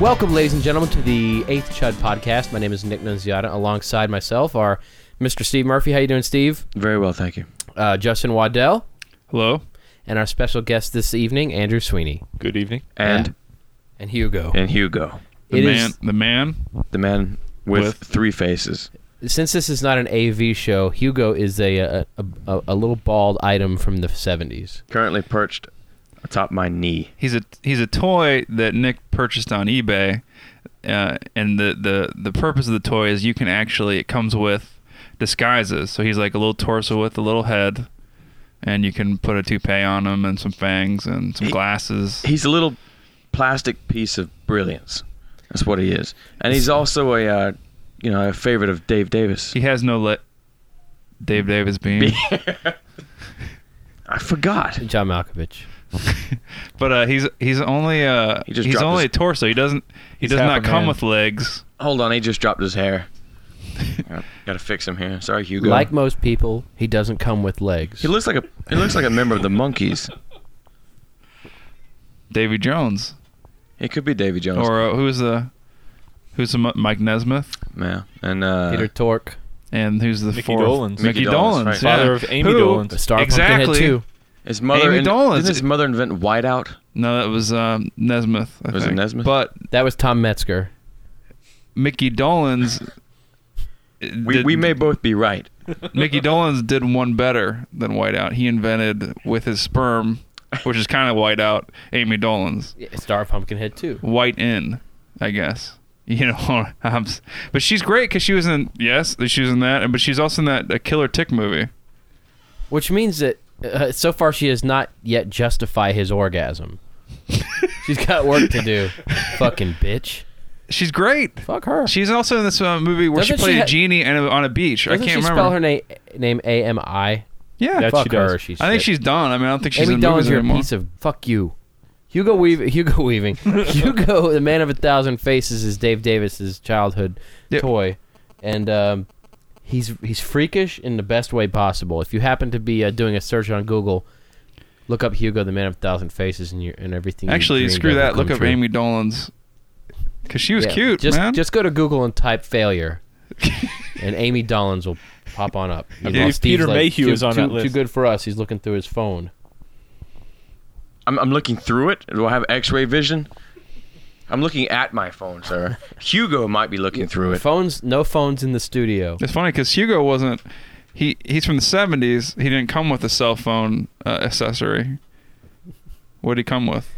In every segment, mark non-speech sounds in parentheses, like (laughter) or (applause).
Welcome, ladies and gentlemen, to the Eighth Chud Podcast. My name is Nick Nunziata. Alongside myself are Mr. Steve Murphy. How you doing, Steve? Very well, thank you. Uh, Justin Waddell, Hello. and our special guest this evening, Andrew Sweeney Good evening. And and Hugo. and Hugo, The It man. is- the man. the man with, With- three faces. since this is not an AV show, Hugo is a a, a, a- a little bald item from the '70s. Currently perched atop my knee. He's a he's a toy that Nick purchased on eBay, uh, and the, the the purpose of the toy is you can actually it comes with disguises. So he's like a little torso with a little head, and you can put a toupee on him and some fangs and some He- glasses. He's a little plastic piece of brilliance. That's what he is. And he's also a, uh, you know, a favorite of Dave Davis. He has no le Dave Davis being, I forgot. John Malkovich. (laughs) but uh, he's he's only uh He just he's dropped only his- a torso. He doesn't he He's does half not a come man. with legs. Hold on, he just dropped his hair. Got to fix him here. Sorry, Hugo. Like most people, he doesn't come with legs. he looks like a he looks like a member of the Monkees. (laughs) Davy Jones. It could be Davy Jones. or uh, who's the who's the Mo- Mike Nesmith yeah. And uh, Peter Tork, and who's the Mickey fourth Dolenz. Mickey, Mickey Dolenz, Dolenz, right. yeah. Father of Amy Who- Dolenz. the star exactly. Pumpkinhead too. his mother. Amy in- Dolenz. Didn't his mother invent whiteout? No, that was um, Nesmith. I Was it think. Nesmith? But That was Tom Metzger. (laughs) Mickey Dolenz. We, did- we may both be right. (laughs) Mickey Dolenz did one better than Whiteout. He invented with his sperm, which is kind of Whiteout. Amy Dolenz, Yeah, Star of Pumpkinhead too. White in, I guess. (laughs) You know, I'm, s- but she's great because she was in yes, she was in that, but she's also in that uh, Killer Tick movie. Which means that uh, so far she does not yet justify his (laughs) orgasm. She's got work to do. Fucking bitch. She's great. Fuck her. She's also in this uh, movie where Doesn't she she played ha- a genie and a, on a beach. I doesn't can't she remember. spell her na- name A M I? yeah, That Fuck she her. does. She's I think shit. she's done. I mean, I don't think she's Amy in Dolenz, movies you're a anymore. piece of fuck you. Hugo Weaving, (laughs) Hugo Weaving, (laughs) Hugo, the man of a thousand faces, is Dave Davis's childhood Yeah. toy, and um, he's he's freakish in the best way possible. If you happen to be uh, doing a search on Google, look up Hugo, the man of a thousand faces, and you and everything. you Actually, dreamed screw of will that. come Look up true. Amy Dolenz because she was Yeah, cute, Just man. just go to Google and type failure, and Amy Dolenz will pop on up. Meanwhile, believe Steve's Peter Mayhew too- is on too- that list. Too good for us. He's looking through his phone. I'm, I'm looking through it. Do I have X-ray vision? I'm looking at my phone, sir. Hugo might be looking through it. Phones, no phones in the studio. (laughs) it's funny because Hugo wasn't. He he's from the '70s. He didn't come with a cell phone uh, accessory. What did he come with?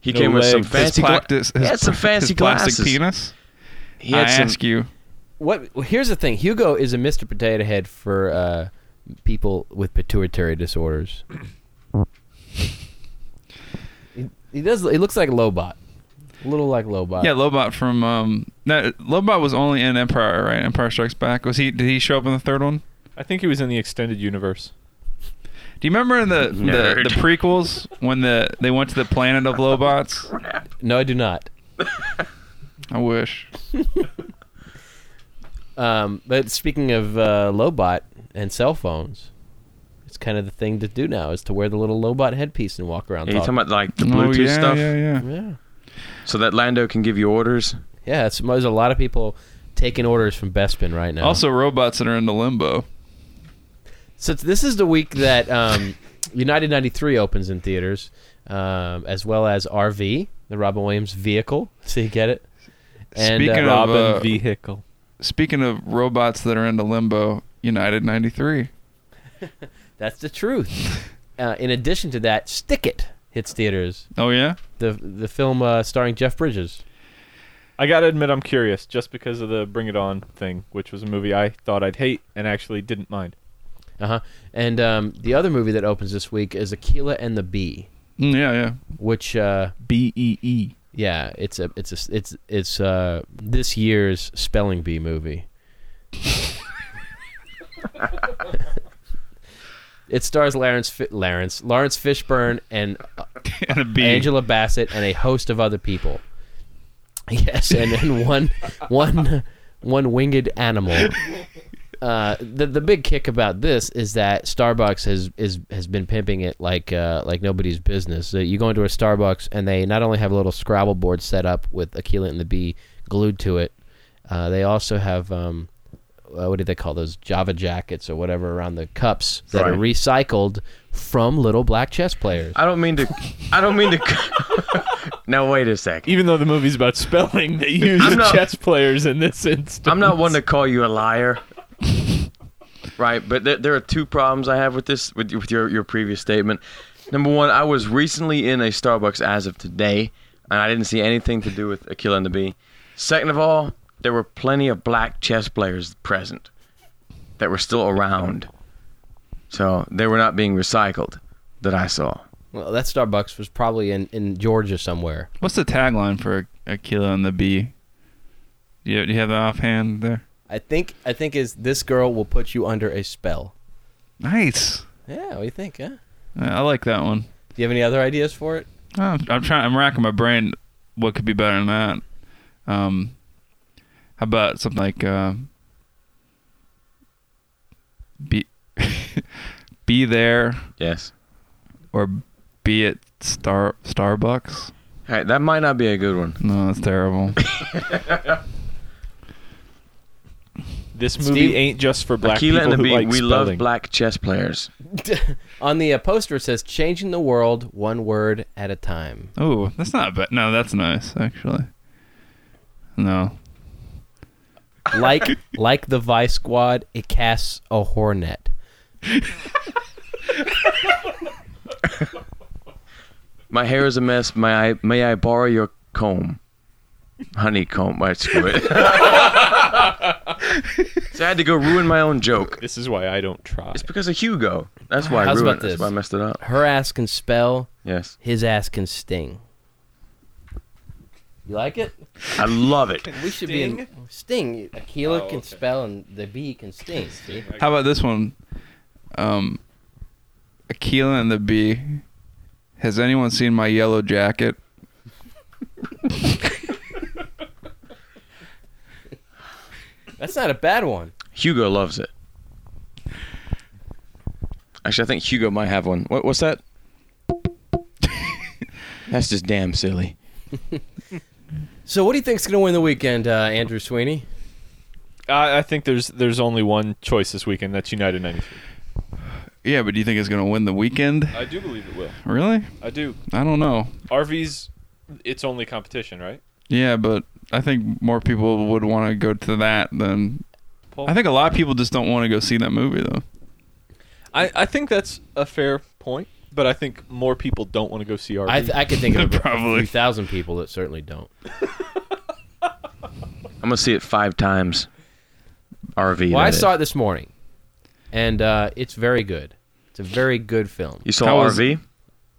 He No came with some legs. His fancy. plac- gla- his- he had some (laughs) his fancy plastic glasses. penis. He had I some- ask you, What? well, Here's the thing. Hugo is a Mr. Potato Head for uh, people with pituitary disorders. he, he does. He looks like Lobot. A little like Lobot. yeah, Lobot from um, that Lobot was only in Empire, right? Empire Strikes Back. Was he? Did he show up in the third one? I think he was in the extended universe. Do you remember in the the, Nerd. the prequels when the they went to the planet of Lobots? No, I do not. I wish. Um, but speaking of uh, Lobot and cell phones, it's kind of the thing to do now is to wear the little Lobot headpiece and walk around. Are you talking talking. about like the Bluetooth oh, yeah, stuff, Yeah, yeah. yeah, so that Lando can give you orders? yeah. It's, there's a lot of people taking orders from Bespin right now. Also, robots that are in the limbo. So t- this is the week that um, United 93 opens in theaters, um, as well as RV, the Robin Williams vehicle. (laughs) So you get it? And Speaking uh, of- Robin uh, Vehicle. Speaking of robots that are in the limbo, United 93. that's the truth. Uh, in addition to that, Stick It hits theaters. (laughs) Oh, yeah? The the film uh, starring Jeff Bridges. I gotta admit, I'm curious just because of the Bring It On thing, which was a movie I thought I'd hate and actually didn't mind. Uh huh. And um, the other movie that opens this week is Aquila and the Bee, Mm, yeah, yeah. which uh, B E E. (laughs) yeah, it's a it's a s- it's it's uh, this year's spelling bee movie. it stars Lawrence Fi- Lawrence Lawrence Fishburne and And a B. Angela Bassett and a host of other people. (laughs) Yes, and then one one one winged animal. uh, the the big kick about this is that Starbucks has is has been pimping it like uh, like nobody's business. So you go into a Starbucks and they not only have a little Scrabble board set up with Aquila and the Bee glued to it, uh, they also have um, uh, what do they call those Java jackets or whatever around the cups that are Right. recycled from little black chess players. I don't mean to. I don't mean to. (laughs) (laughs) now wait a second. Even though the movie's about spelling, they use I'm not- chess players in this instance. I'm not one to call you a liar. Right, but there, there are two problems I have with this with, with your your previous statement. Number one, I was recently in a Starbucks as of today, and I didn't see anything to do with Aquila and the Bee. Second of all, there were plenty of black chess players present that were still around, so they were not being recycled that I saw. Well, that Starbucks was probably in, in Georgia somewhere. What's the tagline for Aquila and the Bee? Do you, do you have that offhand there? I think I think is this girl will put you under a spell. Nice. Yeah, what do you think? Huh? Do Uh, I like that one. you have any other ideas for it? Oh, I'm, I'm trying. I'm racking my brain. What could be better than that? Um, how about something like uh, be (laughs) be there Yes. or be at Star Starbucks? All right, that might not be a good one. No, that's terrible. This movie Steve- ain't just for black Aquila and people the who Bee, like we spelling. love black chess players. On the uh, poster, it says "Changing the world one word at a time." oh, that's not bad. No, that's nice actually. No, Like like the Vice Squad, it casts a hornet. My hair is a mess. May I may I borrow your comb? Honeycomb. Wait, screw it. (laughs) so I had to go ruin my own joke. This is why I don't try. It's because of Hugo. That's why How's I about ruined. it. That's this? why I messed it up. Her ass can spell. Yes, His ass can sting. You like it? I love it. We should be in sting. Aquila can spell and the bee can sting. See? How about this one? Um, Aquila and the Bee. Has anyone seen my yellow jacket? That's not a bad one. Hugo loves it. Actually, I think Hugo might have one. What, (laughs) what's that? That's just damn silly. So, what do you think's gonna win the weekend, uh, Andrew Sweeney? I, I think there's there's only one choice this weekend. That's United 93. Yeah, but do you think it's gonna win the weekend? I do believe it will. Really? I do. I don't know. RV's its only competition, right? Yeah, but I think more people would want to go to that than. Paul? I think a lot of people just don't want to go see that movie though. I, I think that's a fair point, but I think more people don't want to go see RV. I, th- I could think of a Probably. few thousand people that certainly don't. I'm gonna see it five times. RV. Well, I that is. saw it this morning, and uh, it's very good. It's a very good film. You saw How was- RV?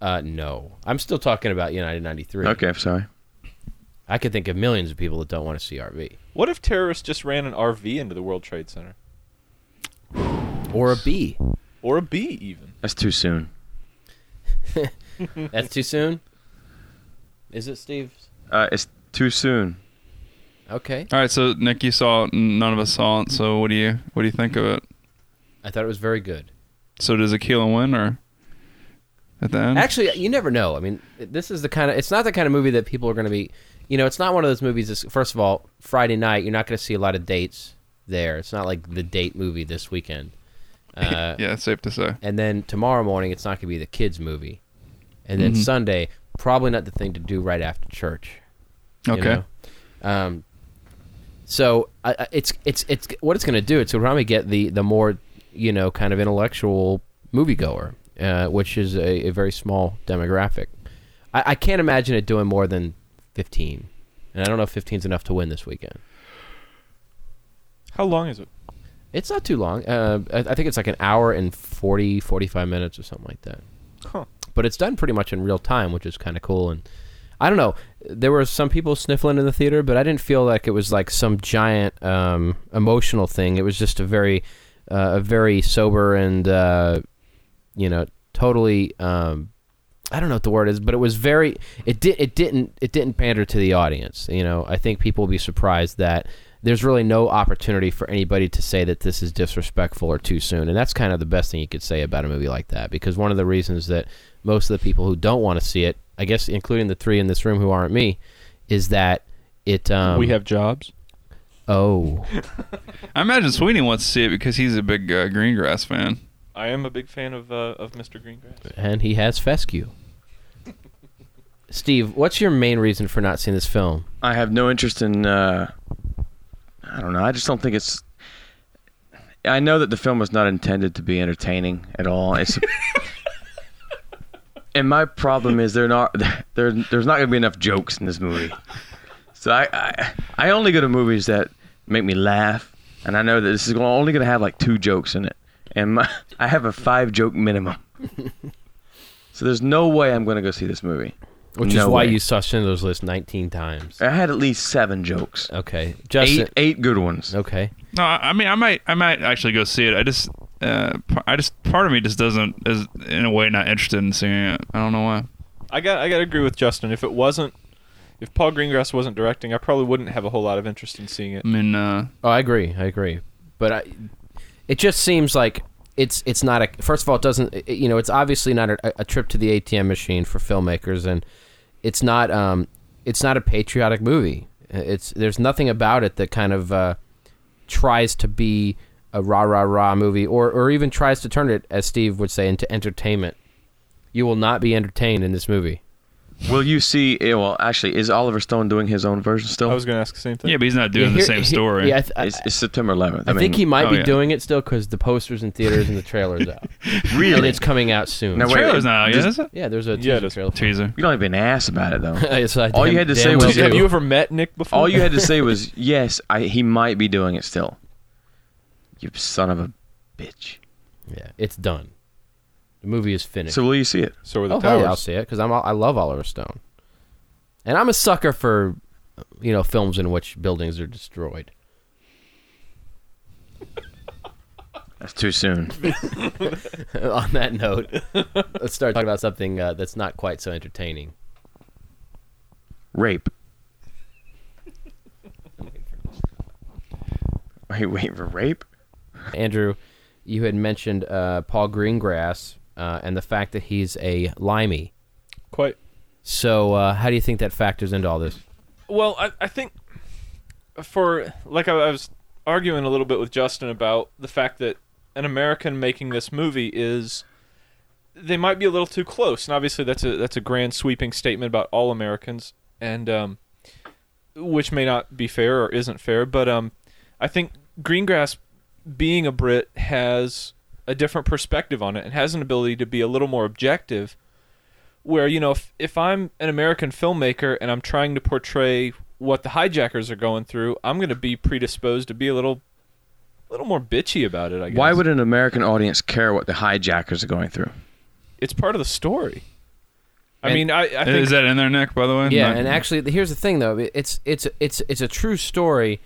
Uh, no, I'm still talking about United '93. Okay, I'm sorry. I could think of millions of people that don't want to see RV what if terrorists just ran an RV into the World Trade Center? or a bee. Or a bee, even. That's too soon. That's too soon. Is it, Steve? Uh, it's too soon. Okay, All right, so Nick, you saw it, and none of us saw it. So what do you what do you think of it? I thought it was very good. So does Aquila win or at the end? Actually, you never know. I mean, this is the kind of it's not the kind of movie that people are going to be. You know, it's not one of those movies. That's, first of all, Friday night, you're not going to see a lot of dates there. It's not like the date movie this weekend. (laughs) Uh, yeah, it's safe to say. and then tomorrow morning it's not going to be the kids movie and then sunday probably not the thing to do right after church you Okay. know? um, so I, I- it's it's it's what it's going to do it's going to probably get the the more you know kind of intellectual moviegoer uh, which is a, a very small demographic I, I can't imagine it doing more than 15 and i don't know if 15 is enough to win this weekend How long is it? it's not too long uh, I, I think it's like an hour and 40 45 minutes or something like that Huh. but it's done pretty much in real time, which is kind of cool. And I don't know, there were some people sniffling in the theater, but I didn't feel like it was like some giant um, emotional thing. It was just a very, uh, a very sober and uh, you know, totally. Um, I don't know what the word is, but it was very. It did. It didn't. It didn't pander to the audience. You know, I think people will be surprised that there's really no opportunity for anybody to say that this is disrespectful or too soon. And that's kind of the best thing you could say about a movie like that because one of the reasons that most of the people who don't want to see it, I guess including the three in this room who aren't me, is that it. Um, we have jobs. Oh, I imagine Sweeney wants to see it because he's a big uh, Greengrass fan. I am a big fan of uh, of Mr. Greengrass. and he has fescue. Steve, what's your main reason for not seeing this film? I have no interest in. Uh, I don't know. I just don't think it's. I know that the film was not intended to be entertaining at all. It's. and my problem is there not there there's not going to be enough jokes in this movie. So I, I I only go to movies that make me laugh, and I know that this is gonna- only going to have like two jokes in it, and my, I have a five joke minimum. so there's no way I'm going to go see this movie. Which No is why way. you saw Schindler's List 19 times. I had at least seven jokes. Okay, Eight, Justin. eight good ones. Okay, No, I I mean, I might, I might actually go see it. I just, uh, p- I just, part of me just doesn't, is in a way not interested in seeing it. I don't know why. I got I got to agree with Justin. If it wasn't, if Paul Greengrass wasn't directing, I probably wouldn't have a whole lot of interest in seeing it. I mean, uh, Oh, I agree. I agree. But I, it just seems like it's it's not a. First of all, it doesn't. it- you know, it's obviously not a, a trip to the ATM machine for filmmakers, and it's not um it's not a patriotic movie. It's there's nothing about it that kind of uh, tries to be a rah rah rah movie, or or even tries to turn it, as Steve would say, into entertainment. You will not be entertained in this movie. Will you see? eh, Well, actually, is Oliver Stone doing his own version still? I was going to ask the same thing. yeah, but he's not Yeah, doing the here- same here- story. Yeah, I, th- I, it's, it's September 11th. I, I think he mean, might oh, be yeah. doing it still because the posters in theaters and the (laughs) trailers out. and really. it's coming out soon. No, wait, trailer's not out yet, is it? Yeah, there's a Yeah, teaser it is. trailer. for it. Teaser. you don't even ass (laughs) about it though. It's like All you damn- had to damn say well was- do. Have you ever met Nick (laughs) before? All you had to say was yes. I, he might be doing it still. You son of a bitch. Yeah, it's done. The movie is finished. So will you see it? so were the oh, hell towers. yeah, I'll see it because I'm all- I love Oliver Stone, and I'm a sucker for you know films in which buildings are destroyed. (laughs) That's too soon. (laughs) On that note, let's start talking about something uh, that's not quite so entertaining. (laughs) Rape. Wait, wait for rape? Andrew, you had mentioned uh, Paul Greengrass uh, and the fact that he's a limey. Quite. So uh, how do you think that factors into all this? Well, I, I think for like I, I was arguing a little bit with Justin about the fact that an American making this movie is they might be a little too close, and obviously that's a that's a grand sweeping statement about all Americans, and um, which may not be fair or isn't fair, but um, I think Greengrass being a Brit has a different perspective on it and has an ability to be a little more objective where you know if, if i'm an american filmmaker and i'm trying to portray what the hijackers are going through i'm going to be predisposed to be a little little more bitchy about it i guess Why would an American audience care what the hijackers are going through? it's part of the story i And- mean i, I think Is that in their neck, by the way? Yeah, Not- and actually, th- here's the thing though. It- It's it's it's it's a true story,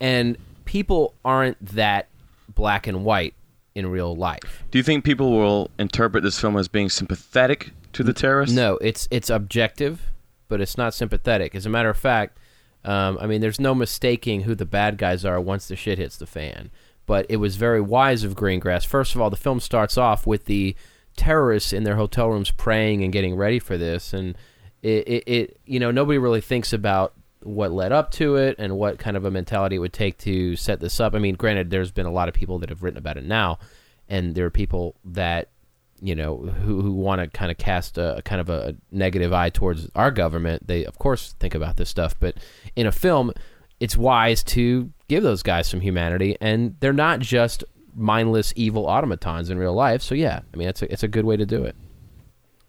and people aren't that black and white in real life. Do you think people will interpret this film as being sympathetic to the terrorists? No, it's it's objective, but it's not sympathetic. As a matter of fact, um, I mean, there's no mistaking who the bad guys are once the shit hits the fan. But it was very wise of Greengrass. First of all, the film starts off with the terrorists in their hotel rooms praying and getting ready for this, and it, it, it you know nobody really thinks about what led up to it and what kind of a mentality it would take to set this up. I mean, granted, there's been a lot of people that have written about it now, and there are people that you know who who want to kind of cast a, a kind of a negative eye towards our government they of course think about this stuff but in a film it's wise to give those guys some humanity and they're not just mindless evil automatons in real life so yeah i mean it's a, it's a good way to do it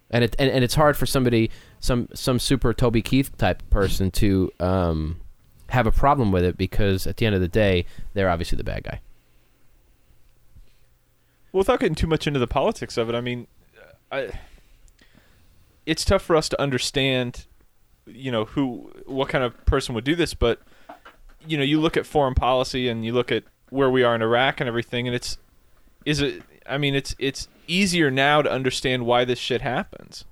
and it and, and it's hard for somebody some some super Toby Keith type person to um have a problem with it because at the end of the day they're obviously the bad guy well, without getting too much into the politics of it i mean I, it's tough for us to understand you know who what kind of person would do this but you know you look at foreign policy and you look at where we are in Iraq and everything and it's is it I mean it's it's easier now to understand why this shit happens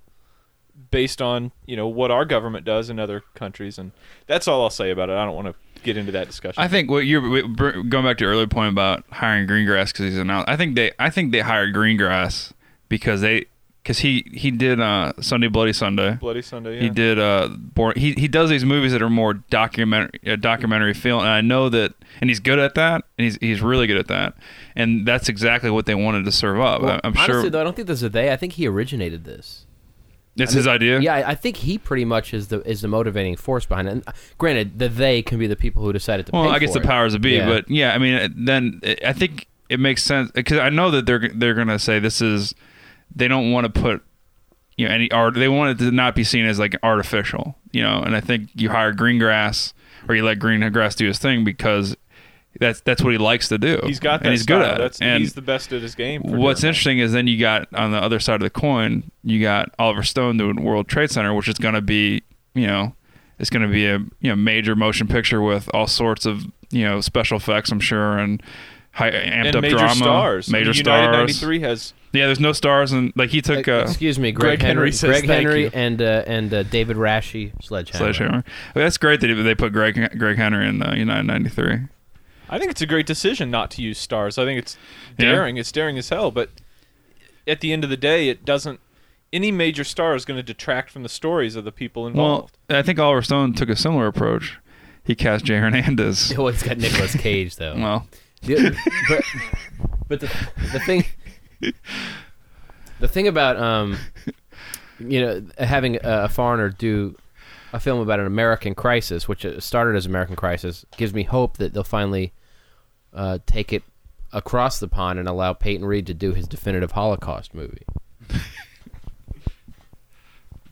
based on you know what our government does in other countries and that's all I'll say about it I don't want to get into that discussion. I think what you're what- br- going back to your earlier point about hiring Greengrass because he's an out. I think they I think they hired Greengrass because they because he he did uh, Sunday Bloody Sunday. Bloody Sunday. Yeah. He did uh born he he does these movies that are more documentary uh, documentary film and I know that and he's good at that and he's he's really good at that and that's exactly what they wanted to serve up. I, I'm Honestly, sure though, I don't think there's a they. I think he originated this. it's his idea. Yeah, I I think he pretty much is the is the motivating force behind it. And uh, granted, the they can be the people who decided to. Well, pay I guess for the it. powers that be, Yeah. but yeah, I mean, uh, then I think it makes sense because I know that they're they're gonna say this is they don't want to put you know any art they want it to not be seen as like artificial, you know. And I think you hire Greengrass or you let Greengrass do his thing because that's that's what he likes to do. He's got that. and he's style. good at That's, it. And he's the best at his game. for What's doing interesting is then you got on the other side of the coin, you got Oliver Stone doing World Trade Center, which is going to be, you know, it's going to be a you know major motion picture with all sorts of you know special effects, I'm sure, and high that. amped and up major drama, stars. major United stars. '93 has Yeah, there's no stars, and like he took Uh, uh, Excuse me, Greg, Greg Henry Henry, says Greg thank Henry, you. and uh, and uh, David Rashi sledgehammer. (laughs) Sledgehammer. Well, that's great that they put Greg Greg Henry in uh, United '93. I think it's a great decision not to use stars. I think it's Yeah. daring. It's daring as hell, but at the end of the day, it doesn't. Any major star is going to detract from the stories of the people Well, involved. I think Oliver Stone took a similar approach. He cast Jay (laughs) Hernandez. Oh, it's got Nicolas Cage (laughs) though. Well, The- but but the, the thing the thing about um you know having a, a foreigner do a film about an American crisis, which uh, started as American crisis, gives me hope that they'll finally uh, take it across the pond and allow Peyton Reed to do his definitive Holocaust movie.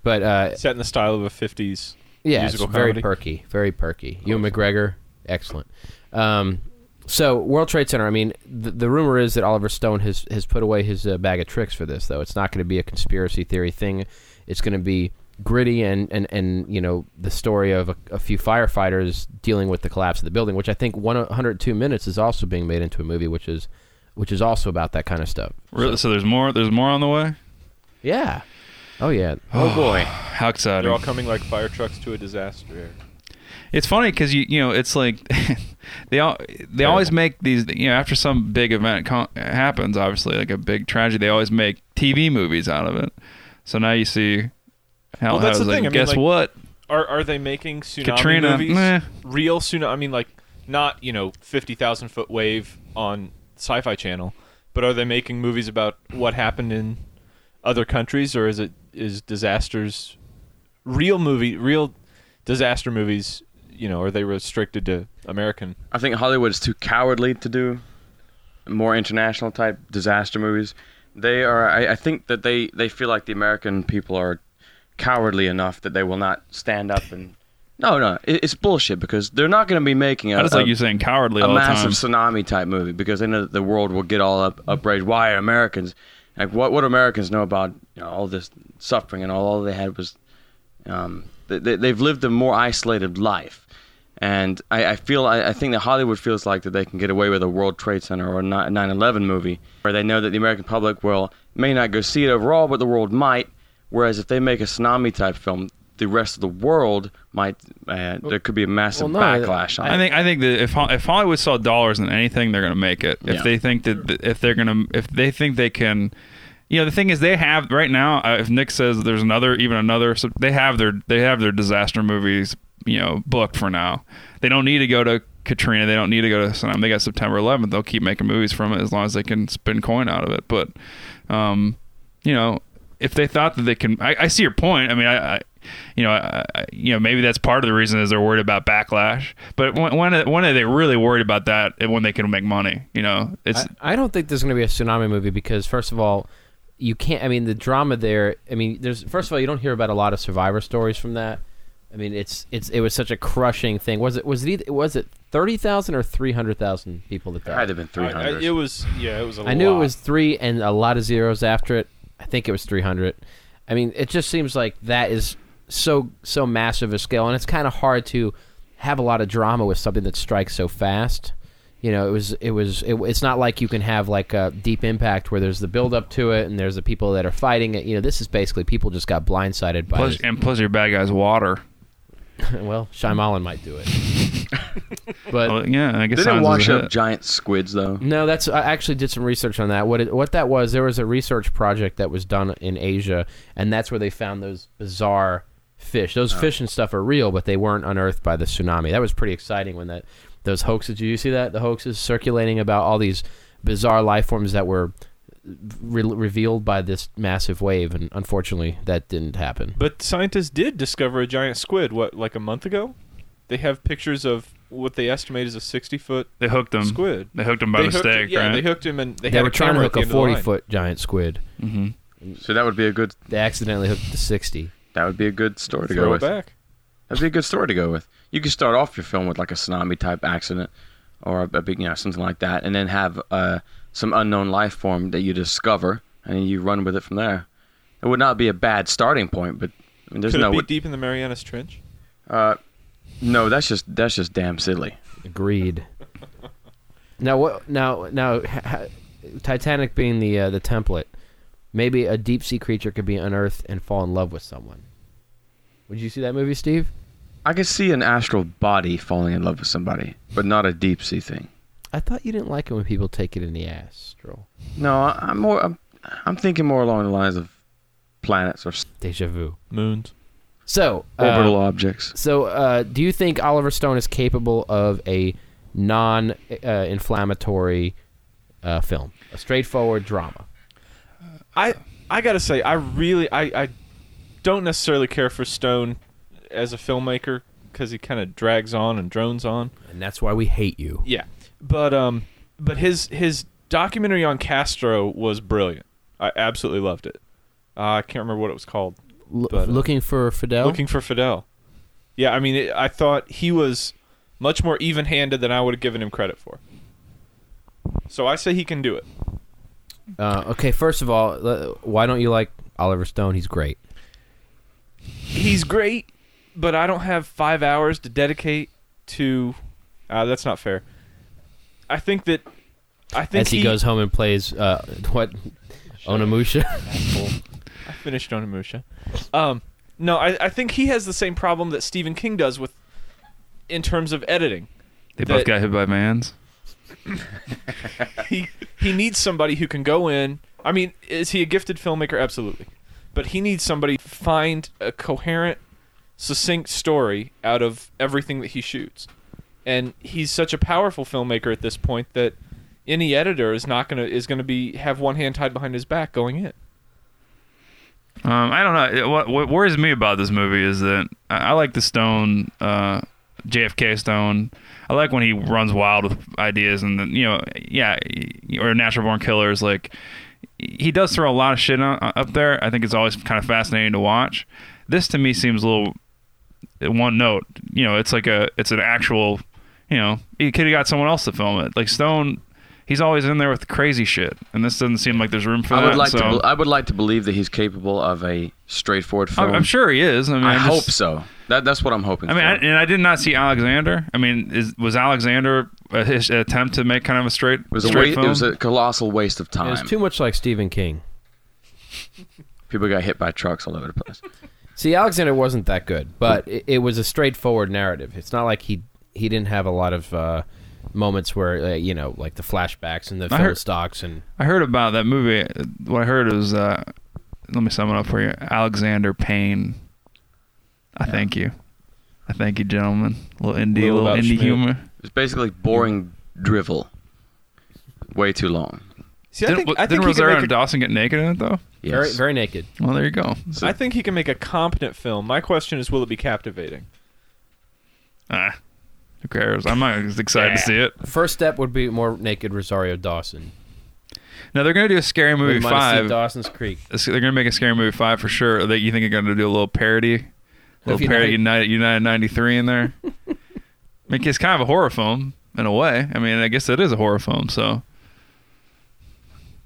but uh, Set in the style of a '50s. yeah, it's musical very comedy. Oh, perky, very perky. Ewan McGregor, excellent. Um, so World Trade Center. I mean, the, the rumor is that Oliver Stone has has put away his uh, bag of tricks for this, though. It's not going to be a conspiracy theory thing. It's going to be gritty and, and, and you know the story of a, a few firefighters dealing with the collapse of the building, which I think 102 minutes is also being made into a movie, which is which is also about that kind of stuff. really, so there's more. There's more on the way. Yeah. Oh yeah. (sighs) Oh boy, How exciting! they're all coming like fire trucks to a disaster. It's funny because you you know it's like (laughs) they all they always make these you know after some big event co- happens obviously like a big tragedy they always make TV movies out of it. So now you see how Well, that's I was the like, thing. I mean, guess like, what? Are are they making tsunami Katrina, movies? meh. Real tsunami. I mean, like not you know fifty thousand foot wave on Sci-Fi Channel, but are they making movies about what happened in other countries, or is it is disasters real movie real disaster movies? You know, are they restricted to American? I think Hollywood is too cowardly to do more international type disaster movies. They are. I, I think that they they feel like the American people are cowardly enough that they will not stand up and. No, no, it, it's bullshit because they're not going to be making a, I just a- like you saying cowardly a all the massive time. tsunami type movie because they know that the world will get all up upraged. Why are Americans like what? What do Americans know about you know, all this suffering and all, all they had was um, they- they, they've lived a more isolated life. And I, I feel I, I think that Hollywood feels like that they can get away with a World Trade Center or a 9/11 movie where they know that the American public will may not go see it overall, but the world might. Whereas if they make a tsunami type film, the rest of the world might. Uh, there could be a massive Well, no, I- backlash on I it. think I think that if Ho- if Hollywood saw dollars in anything, they're gonna make it. If Yeah. they think that th- if they're gonna if they think they can, you know, the thing is they have right now. uh, If Nick says there's another, even another, so they have their they have their disaster movies, you know, booked for now. They don't need to go to Katrina. They don't need to go to Tsunami. They got September 11th. They'll keep making movies from it as long as they can spin coin out of it. But, um, you know, if they thought that they can, I, I see your point. I mean, I, I you know, I, I, you know, maybe that's part of the reason is they're worried about backlash. But when when are, when are they really worried about that? And when they can make money, you know, it's I, I don't think there's going to be a tsunami movie because first of all, you can't. I mean, the drama there. I mean, there's first of all, you don't hear about a lot of survivor stories from that. I mean, it's it's it was such a crushing thing. Was it was it either, was it thirty thousand or three hundred thousand people that It had to have died? been I- I- 300. it was yeah, it was. a I knew lot. it was three and a lot of zeros after it. I think it was three hundred. I mean, it just seems like that is so so massive a scale, and it's kind of hard to have a lot of drama with something that strikes so fast. You know, it was it was it, it's not like you can have like a deep impact where there's the build up to it and there's the people that are fighting it. You know, this is basically people just (laughs) got blindsided by plus, this. and plus your bad guy's water. well, Shyamalan might do it. But Well, yeah, I guess Did it Signs was a wash up hit. giant squids though? No, that's I actually did some research on that. What it, what that was, there was a research project that was done in Asia, and that's where they found those bizarre fish. Oh. Those fish and stuff are real, but they weren't unearthed by the tsunami. That was pretty exciting when that those hoaxes. Did you see that? The hoaxes circulating about all these bizarre life forms that were re- revealed by this massive wave, and unfortunately, that didn't happen. But scientists did discover a giant squid, what, like a month ago? They have pictures of what they estimate is a 60 foot They hooked him. squid. They hooked him by they hooked- mistake, yeah, right? they hooked him and they, They, had were a trying to camera hook a at the end of the line. forty-foot giant squid. hmm Mm-hmm. So that would be a good They accidentally hooked the sixty. that would be a good story to go Throw it with. back. That'd be a good story to go with. You could start off your film with like a tsunami type accident, or a, a big, you know, something like that, and then have uh, some unknown life form that you discover, and then you run with it from there. It would not be a bad starting point, but I mean, there's Could no it be w- deep in the Marianas Trench? uh, no. That's just that's just damn silly. Agreed. now what? Now now, ha, ha- Titanic being the uh, the template, maybe a deep sea creature could be unearthed and fall in love with someone. Would you see that movie, Steve? I could see an astral body falling in love with somebody, but not a deep sea thing. I thought you didn't like it when people take it in the ass. Stroll. No, I, I'm more. I'm, I'm thinking more along the lines of planets or s- Deja vu. Moons. So orbital uh, (laughs) objects. so uh, do you think Oliver Stone is capable of a non-inflammatory uh, film, a straightforward drama? I I gotta say, I really I, I don't necessarily care for Stone as a filmmaker because he kind of drags on and drones on. And that's why we hate you. Yeah, but um, but his his documentary on Castro was brilliant. I absolutely loved it. Uh, I can't remember what it was called. L- But, uh, looking for Fidel. Looking for Fidel. Yeah, I mean, it, I thought he was much more even-handed than I would have given him credit for. So I say he can do it. Uh, okay, first of all, le- why don't you like Oliver Stone? He's great. he's great, but I don't have five hours to dedicate to. Uh, that's not fair. I think that. I think As he, goes home and plays uh, (laughs) what Onimusha. I finished Onimusha. Um, no, I, I think he has the same problem that Stephen King does with, in terms of editing. They both That- got hit by vans. he he needs somebody who can go in. I mean, is he a gifted filmmaker? Absolutely, but he needs somebody to find a coherent, succinct story out of everything that he shoots. And he's such a powerful filmmaker at this point that any editor is not gonna is gonna be have one hand tied behind his back going in. Um, I don't know. It- What, what worries me about this movie is that I, I like the Stone, uh, JFK Stone. I like when he runs wild with ideas and then, you know, yeah, or Natural Born Killers. Like he does throw a lot of shit on, up there. I think it's always kind of fascinating to watch. This to me seems a little one note. You know, it's like a it's an actual. You know, he could have got someone else to film it. Like Stone, he's always in there with crazy shit, and this doesn't seem like there's room for I that. would like Uh, so. to. Bel I would like to believe that he's capable of a straightforward film. I'm, I'm sure he is. I mean, I I'm hope just- so. That, that's what I'm hoping. I mean, for. I, and I did not see Alexander. I mean, is, was Alexander uh, his attempt to make kind of a straight it was a straight wa- film? it was a colossal waste of It time. was too much like Stephen King. People got hit by trucks all over the place. See, Alexander wasn't that good, but it, it was a straightforward narrative. It's not like he he didn't have a lot of uh, moments where uh, you know, like the flashbacks and the I film heard- stocks and I heard about that movie. What I heard was, uh, let me sum it up for you. Alexander Payne. I thank you. I thank you, gentlemen. little indie, Little little, about indie Schmidt. humor. It's basically boring drivel. Way too long. See, I didn't think I didn't think he can Rosario make and a, Dawson get naked in it though? very Yes. very naked. Well, there you go. So- I think he can make a competent film. My question is, will it be captivating? Ah, who cares? I'm not as excited to see it. First step would be more naked Rosario Dawson. Now they're gonna do a scary movie We might have seen five. Dawson's Creek. It's- they're gonna make a scary movie five for sure. That you think they're gonna do a little parody, little parody United United '93 in there. I mean, it's kind of a horror film in a way. I mean, I guess it is a horror film. So,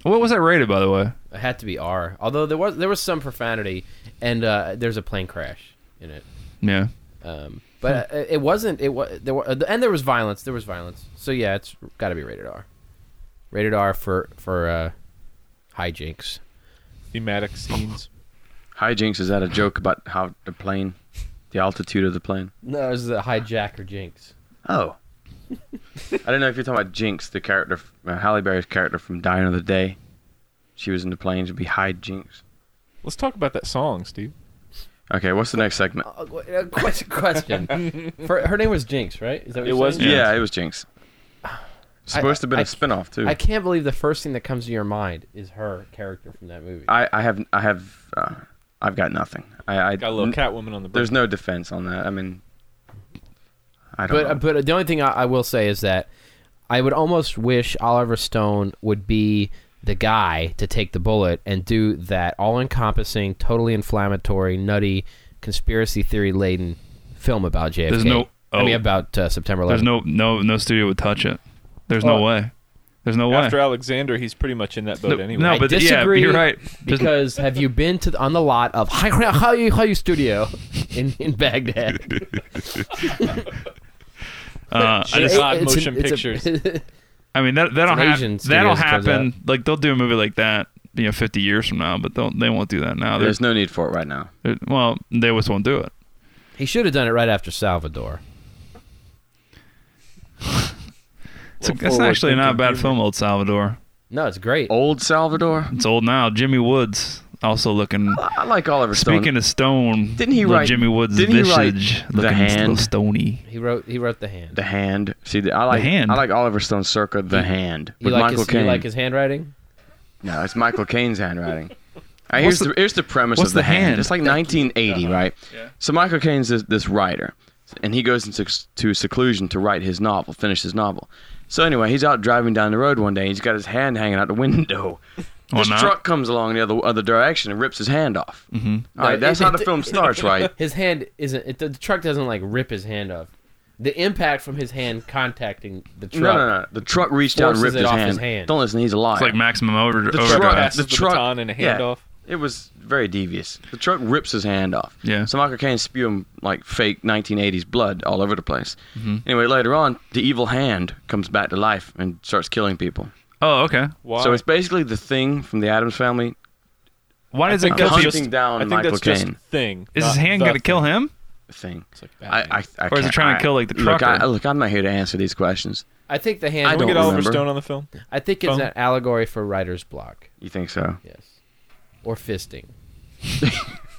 what was that rated by the way? It had to be R. Although there was there was some profanity, and uh, there's a plane crash in it. Yeah, Um, but uh, it wasn't. It was there were, and there was violence. There was violence. So yeah, it's got to be rated R. Rated R for for uh, hijinks. Thematic scenes. Hijinks is that a joke about how the plane, the altitude of the plane? No, it was the hijacker jinx. Oh. I don't know if you're talking about Jinx, the character, f- uh, Halle Berry's character from Dying of the Day. She was in the planes. It'd be Hyde Jinx. Let's talk about that song, Steve. Okay, what's the next segment? Uh, qu- uh, question. (laughs) question. For, her name was Jinx, right? Is that what It you're was saying? Jinx. Yeah, it (sighs) was Jinx. It's I- supposed to have been I- a spin-off too. I can't believe the first thing that comes to your mind is her character from that movie. I, I have I have uh, I've got nothing. I, I Got a little n- Catwoman on the brain. There's no defense on that. I mean, I don't. but know. uh, but the only thing I, I will say is that I would almost wish Oliver Stone would be the guy to take the bullet and do that all-encompassing, totally inflammatory, nutty, conspiracy theory-laden film about JFK. There's no- I mean oh. about uh, September 11th. There's no no no studio would touch it. There's no Oh. Well, way. There's no way. After Alexander, he's pretty much in that boat no, anyway. no, I but yeah, but disagree you're right. There's- because have you been to the, on the lot of Hayu Hayu Studio in, in Baghdad? uh, I, just- It's not It's an- motion it's a- pictures. I mean that that'll an Asian happen. studio That'll that comes out. happen. Like they'll do a movie like that, you know, 50 years from now, but they'll they won't do that now. There's, there's no need for it right now. there- well, they just won't do it. (laughs) he should have done it right after Salvador. It's, a- Well, it's forward actually not a thinking bad humor. film, Old Salvador. No, it's great. Old Salvador. It's old now. Jimmy Woods also looking. I like Oliver Stone. Speaking of stone, Uh, Didn't he little write- Jimmy Woods? didn't he write visage The looking a little Hand? stony. He wrote he wrote the hand. the hand. See, the, I like Hand? I like Oliver Stone's circa the hand You with like Michael his, you Caine. like his handwriting? No, it's Michael Caine's (laughs) handwriting. All right, here's, What's the- the, here's the premise what's of the, the hand. hand? It's like 1980, right? So Michael Caine's this, this writer, and he goes into s- to seclusion to write his novel, finish his novel. So anyway, he's out driving down the road one day, and he's got his hand hanging out the (laughs) window. Why This not? truck comes along the other other direction and rips his hand off. Mm-hmm. No, right, that's it- how the it- film starts, (laughs) right? His hand isn't. It, the truck doesn't like rip his hand off. The impact from his hand contacting the truck. No, no, no. The truck reached out and Forces ripped it his off hand. his hand. Don't listen. He's a liar. It's like maximum over, the truck, overdrive. Passes the the truck, baton and a yeah, handoff. It was very devious. The truck rips his hand off. Yeah. So Michael Caine spewing like fake 1980s blood all over the place. Mm-hmm. Anyway, later on, the evil hand comes back to life and starts killing people. Oh, okay. Why? So it's basically the thing from the Adams family. Why does it that's kill hunting people? just- down I think Michael that's Caine. just thing. Is his hand going gonna kill him? Thing. like I, I, I Or is it can't- trying to I- kill, like, the look, I, trucker? look, I'm not here to answer these questions. I think the hand. I Can we don't get Oliver remember. Stone on the film? I think it's Phone? an allegory for writer's block. You think so? Yes, or (laughs) fisting.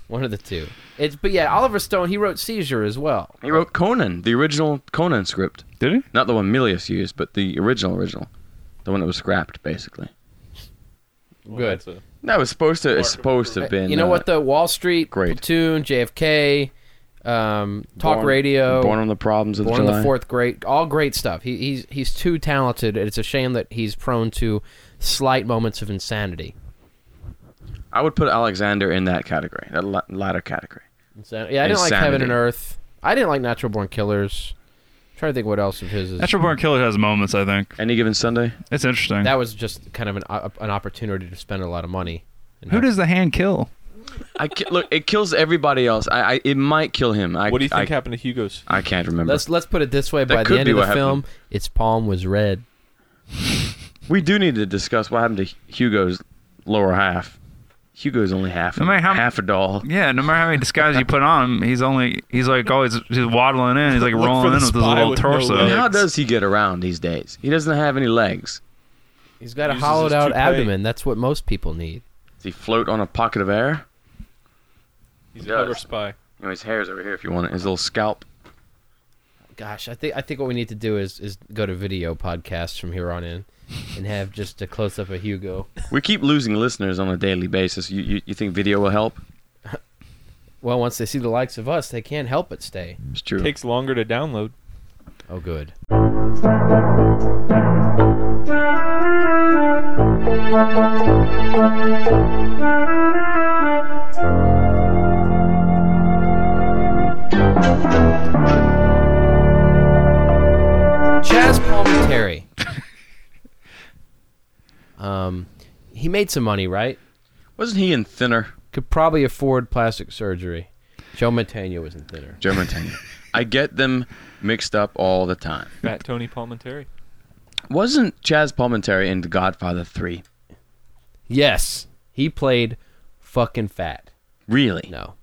One of the two. It's but yeah, Oliver Stone. He wrote Seizure as well. He wrote Conan, the original Conan script, Did he? not the one Milius used, but the original original, the one that was scrapped, basically. Well, Good. that's a- No, it's supposed to. It's supposed to have been. you know uh, what? The Wall Street, great. Platoon, JFK, um, Talk Born- Radio, Born on the problems of Born July. in the fourth grade, all great stuff. He, he's he's too talented. and It's a shame that he's prone to slight moments of insanity. I would put Alexander in that category, that la- latter category. Insan- yeah, I didn't like Heaven Insanity. and Earth. I didn't like Natural Born Killers. trying to think what else of his is. Natural Born Killer has moments. I think Any given Sunday, it's interesting. that was just kind of an op- an opportunity to spend a lot of money. And Who have- does the hand kill? I ki- look. It kills everybody else. I, I it might kill him. I, What do you think I, happened to Hugo's? I can't remember. Let's let's put it this way: That by the could end be of the what happened. film, its palm was red. we do need to discuss what happened to Hugo's lower half. Hugo's only half. No matter how- half a doll. Yeah, no matter how many disguise you put on him, he's only he's like always he's waddling in. He's like Look for rolling in the with his spy little with no torso. legs. How does he get around these days? He doesn't have any legs. He's got a Uses his hollowed-out toupee. abdomen. That's what most people need. Does he float on a pocket of air? He's a Yeah. clever spy. You know, his hair's over here if you want it. His little scalp. Gosh, I think I think what we need to do is is go to video podcasts from here on in, and have just a close up of (laughs) Hugo. We keep losing listeners on a daily basis. You you, you think video will help? Well, once they see the likes of us, they can't help but stay. It's true. Takes longer to download. Oh, good. Chaz Palminteri. um, he made some money, right? Wasn't he in Thinner? Could probably afford plastic surgery. Joe Mantegna was in thinner. German tenure. I get them mixed up all the time. Fat Tony Palmentary. Wasn't Chaz Palminteri in The Godfather 3? Yes, he played fucking fat. Really? No.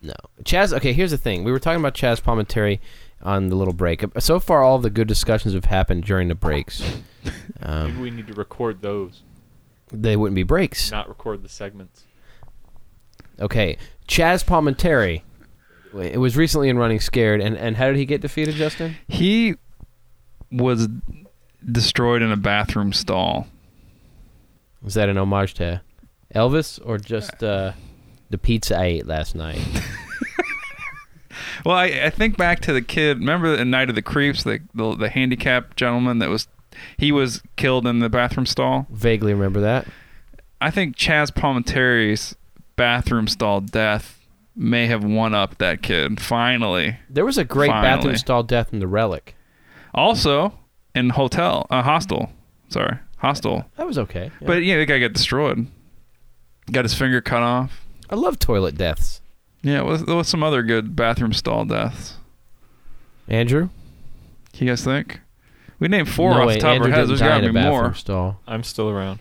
No. Chaz, okay, here's the thing. We were talking about Chaz Palminteri on the little break. So far, all the good discussions have happened during the breaks. Maybe we need to record those, They wouldn't be breaks. not record the segments. Okay. Chaz Palminteri. It was recently in Running Scared, and, and how did he get defeated, Justin? He was destroyed in a bathroom stall. Was that an homage to Elvis or just uh, the pizza I ate last night? Well, I, I think back to the kid. Remember the night of the creeps, the, the the handicapped gentleman that was he was killed in the bathroom stall. Vaguely remember that. I think Chaz Palminteri's bathroom stall death may have won up that kid. Finally, There was a great bathroom Finally. stall death in the relic. also in hotel, uh, hostel. Sorry, hostel. That was okay. Yeah. But yeah, the guy got destroyed. Got his finger cut off. I love toilet deaths. Yeah, it was, there was some other good bathroom stall deaths. Andrew? You guys think? We named four no, off wait, the top Andrew of our heads. didn't There's die got in to a be bathroom more. stall. I'm still around,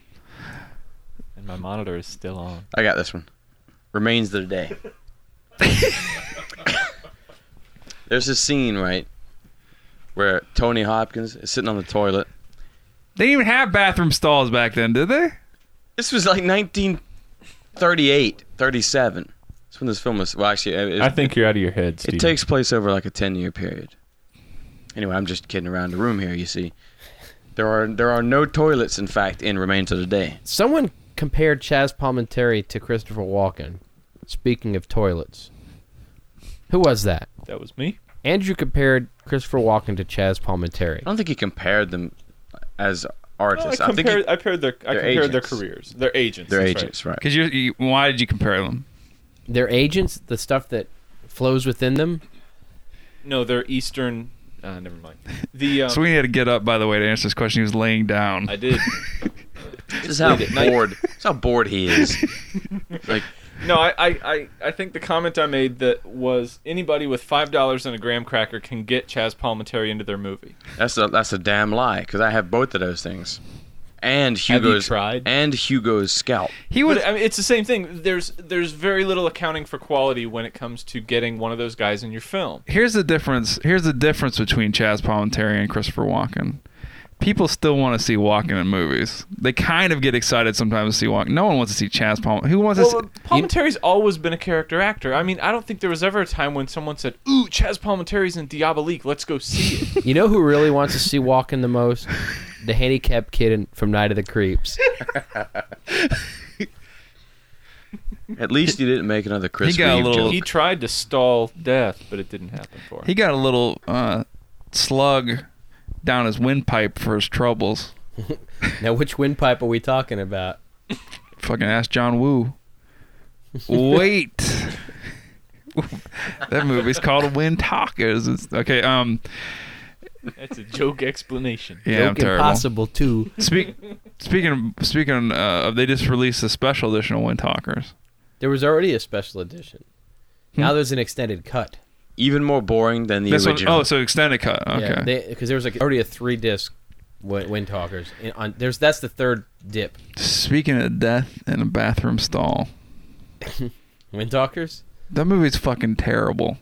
and my monitor is still on. I got this one. Remains of the day. There's this scene, right, where Tony Hopkins is sitting on the toilet. They didn't even have bathroom stalls back then, did they? This was like 1938, 37. That's when this film was. Well, actually, it, I think you're out of your head, it Steve. takes place over like a 10 year period. Anyway, I'm just kidding around the room here. You see, there are there are no toilets, in fact, in Remains of the Day. Someone compared Chaz Palminteri to Christopher Walken. Speaking of toilets, who was that? that was me. Andrew compared Christopher Walken to Chaz Palminteri. I don't think he compared them as Well, artists. I think he- compared, I compared their, I They're compared their agents. careers, their agents, they're that's right. agents, right? Because you, you, why did you compare them? Their agents, the stuff that flows within them. No, they're Eastern. Uh, never (laughs) mind. The um, So we had to get up, by the way, to answer this question. He was laying down. I did. (laughs) This is how Late at night. bored. This is how bored he (laughs) is. (laughs) like No, I, I, I, I think the comment I made that was anybody with five dollars and a graham cracker can get Chaz Palminteri into their movie. that's a that's a damn lie because I have both of those things, and Have you Hugo's tried? and Hugo's scalp. He was. But uh, I mean, it's the same thing. There's there's very little accounting for quality when it comes to getting one of those guys in your film. Here's the difference. Here's the difference between Chaz Palminteri and Christopher Walken. People still want to see Walken in movies. They kind of get excited sometimes to see Walken. No one wants to see Chaz Palminteri. Who wants Well, uh, to? See, Palminteri's always been a character actor. I mean, I don't think there was ever a time when someone said, "Ooh, Chaz Palminteri's in Diabolique. Let's go see it." (laughs) You know who really wants to see Walken the most? The handicapped kid in, from Night of the Creeps. At least he didn't make another Chris (laughs) He got a Reeve little- joke. he tried to stall death, but it didn't happen for him. he got a little uh, slug down his windpipe for his troubles. now, which windpipe are we talking about? Fucking ask John Woo. Wait. that movie's called Wind Talkers. It's, okay. Um. That's a joke explanation. Yeah, I'm Joke terrible. Impossible too. Speak, speaking speaking uh, of, they just released a special edition of Wind Talkers. There was already a special edition. Hmm? Now there's an extended cut. Even more boring than the This one, original. oh, so extended cut. Okay. Yeah, because there was like already a three disc Wind Talkers. And on there's that's the third dip. speaking of death in a bathroom stall, Wind Talkers. that movie's fucking terrible.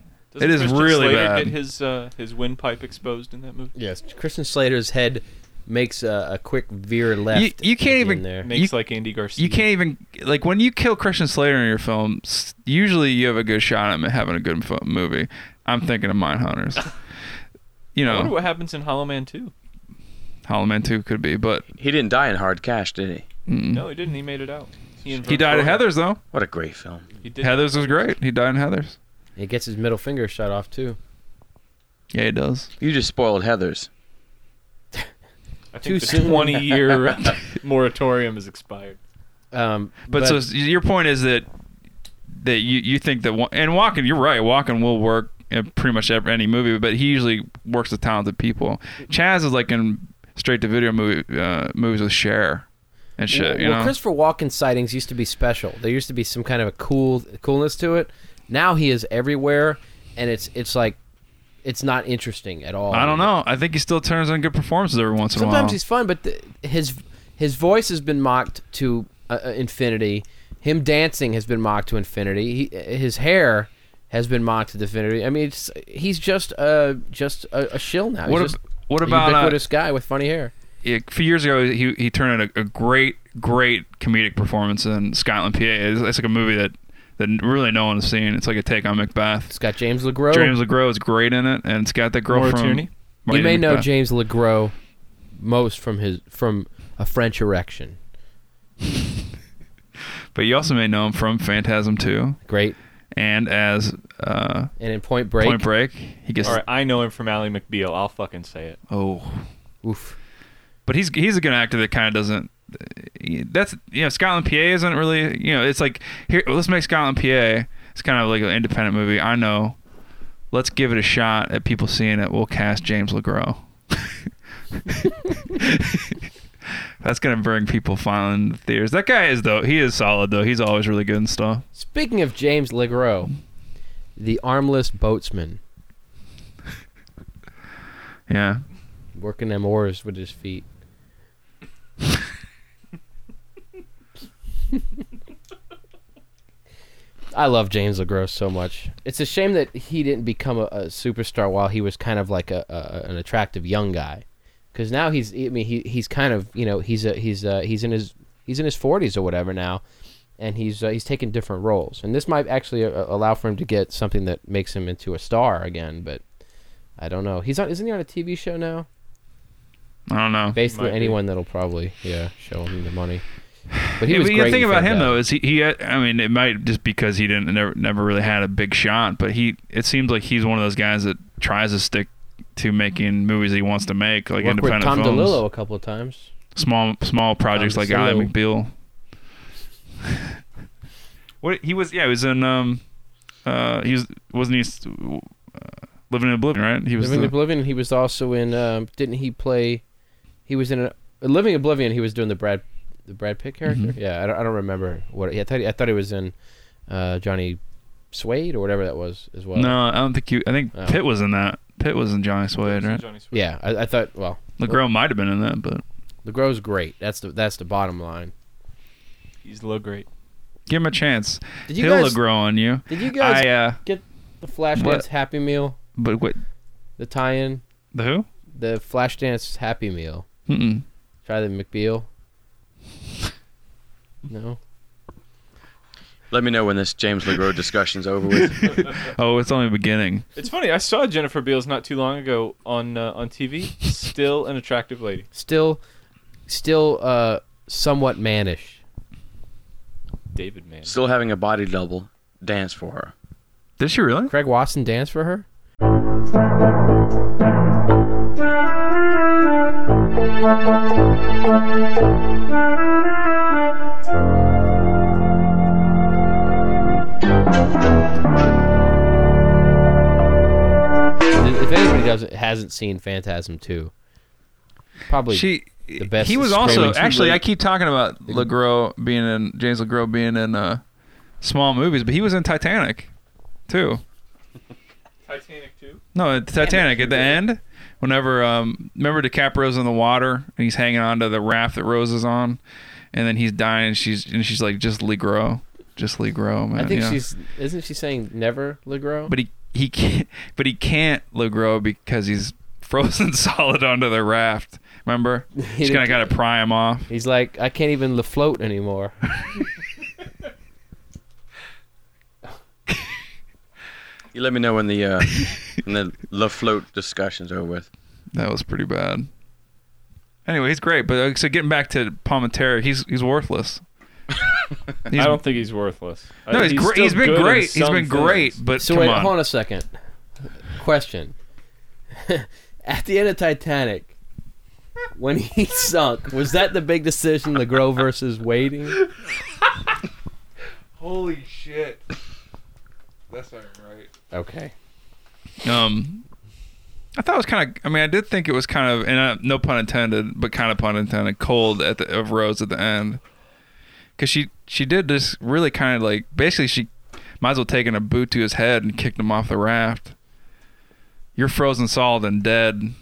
(laughs) Doesn't it is Christian really Slater bad. Get his uh, his windpipe exposed in that movie. Yes, Christian Slater's head makes a, a quick veer You, left. you can't in even there. Makes like Andy Garcia. you can't even like when you kill Christian Slater in your film. s- Usually, you have a good shot at him having a good fo- movie. I'm thinking of Mindhunters. You I wonder know, what happens in Hollow Man 2. Hollow Man Two could be, but He didn't die in hard cash, did he? mm. No, he didn't. He made it out. He, and he died at Victoria. Heather's though. What a great film. He did. Heather's was great. He died in Heather's. He gets his middle finger shot off too. Yeah, he does. You just spoiled Heather's. I Too think the soon. 20 (laughs) year moratorium has expired. Um, But, so s- your point is that that you you think that Wa- and Walken, you're right. Walken will work in pretty much every, any movie, but he usually works with talented people. Mm-hmm. Chaz is like in straight to video movie uh, movies with Cher and shit. well, you know, Christopher Walken sightings used to be special. There used to be some kind of a cool coolness to it. Now he is everywhere, and it's it's like it's not interesting at all. I don't know. I think he still turns in good performances every once in a while. Sometimes he's fun, but the, his his voice has been mocked to uh, uh, infinity. Him dancing has been mocked to infinity. He, uh, his hair has been mocked to infinity. I mean, it's he's just a just a, a shill now. He's What ab- just what a about, uh, ubiquitous guy with funny hair? a few years ago, he he turned in a, a great, great comedic performance in Scotland, PA. It's, it's like a movie that, that really no one has seen. It's like a take on Macbeth. It's got James LeGros. James LeGros is great in it, and it's got that girl Maura from. Tierney? you Marty may know Macbeth. James LeGros most from his from a French erection. but you also may know him from Phantasm 2 Great. and as uh, And in Point Break, Point Break. He gets All right, I know him from Ally McBeal. I'll fucking say it. oh, oof. but he's he's a good actor that kind of doesn't. That's you know Scotland PA isn't really you know it's like here let's make Scotland PA. It's kind of like an independent movie. I know. Let's give it a shot at people seeing it. We'll cast James LeGros. (laughs) That's gonna bring people finally into the theaters. That guy is though. He is solid though. He's always really good and stuff. Speaking of James LeGros, the armless boatsman Yeah. working them oars with his feet. I love James LeGros so much. It's a shame that he didn't become a, a superstar while he was kind of like a, a an attractive young guy, because now he's I mean he he's kind of you know he's a he's a, he's in his he's in his forties or whatever now, and he's uh, he's taking different roles, and this might actually uh, allow for him to get something that makes him into a star again. But I don't know. He's on isn't he on a TV show now? I don't know. Basically, Might be. anyone that'll probably yeah show him the money. But he Yeah, was but great the thing in about him Phantasm. though is he, he I mean it might just because he didn't never never really had a big shot but he it seems like he's one of those guys that tries to stick to making movies he wants to make like Worked with independent Tom films DeLillo a couple of times. small small projects like Ally DeLillo. McBeal (laughs) what he was yeah he was in um uh he was wasn't he s- uh, living in oblivion right he was Living the- Oblivion. He was also in. Um, didn't he play? He was in a, Living Oblivion. He was doing the Brad, the Brad Pitt Mm-hmm. character. Yeah, I don't, I don't remember what. I thought he, I thought he was in uh, Johnny Suede or whatever that was as well. no I don't think you I think Oh. Pitt was in that Pitt was in Johnny Suede right Johnny Swift. Yeah, I, I thought. Well, LeGros might have been in that but LeGros great. That's the that's the bottom line. He's low great. give him a chance Did you he'll guys? LeGros on you Did you guys I uh get the Flashdance What? Happy Meal? But wait, The tie-in. the who? The Flashdance Happy Meal. Mm-mm. Try the McBeal. No. Let me know when this James LeGros discussion's over (laughs) with. Oh, it's only beginning. It's funny. I saw Jennifer Beals not too long ago on uh, on TV. Still an attractive lady. Still, still uh, somewhat mannish. David Man. Still having a body double dance for her. Did she really? Craig Watson dance for her? If anybody doesn't hasn't seen Phantasm two, probably She. The best he was is also screaming too actually. late. I keep talking about Legros being in James Legros being in uh, small movies, but he was in Titanic, too. Titanic too. No, it's Titanic at the end. Whenever um, remember DiCaprio's in the water and he's hanging on to the raft that Rose is on, and then he's dying. And she's and she's like, just Legros, just Legros, man. I think you know? she's isn't she saying never Legro? but he he can't but he can't Legros because he's frozen (laughs) solid onto the raft. (laughs) Remember, he's gonna gotta pry him off. He's like, I can't even le float (laughs) anymore. You let me know when the uh, when the La Float discussion's over with. That was pretty bad. Anyway, he's great, but uh, so getting back to Palmentera, he's he's worthless. He's- I don't think he's worthless. I- no, he's, great. still He's been good in great. He's some been things. great, but So come wait, on. hold on a second. Question. (laughs) At the end of Titanic, when he (laughs) sunk, was that the big decision, LeGros versus Wading? Holy shit, that's not right. Okay. Um, I thought it was kind of. I mean, I did think it was kind of, and uh, no pun intended, but kind of pun intended, cold at the of Rose at the end, because she she did this really kind of like basically she might as well taken a boot to his head and kicked him off the raft. You're frozen solid and dead.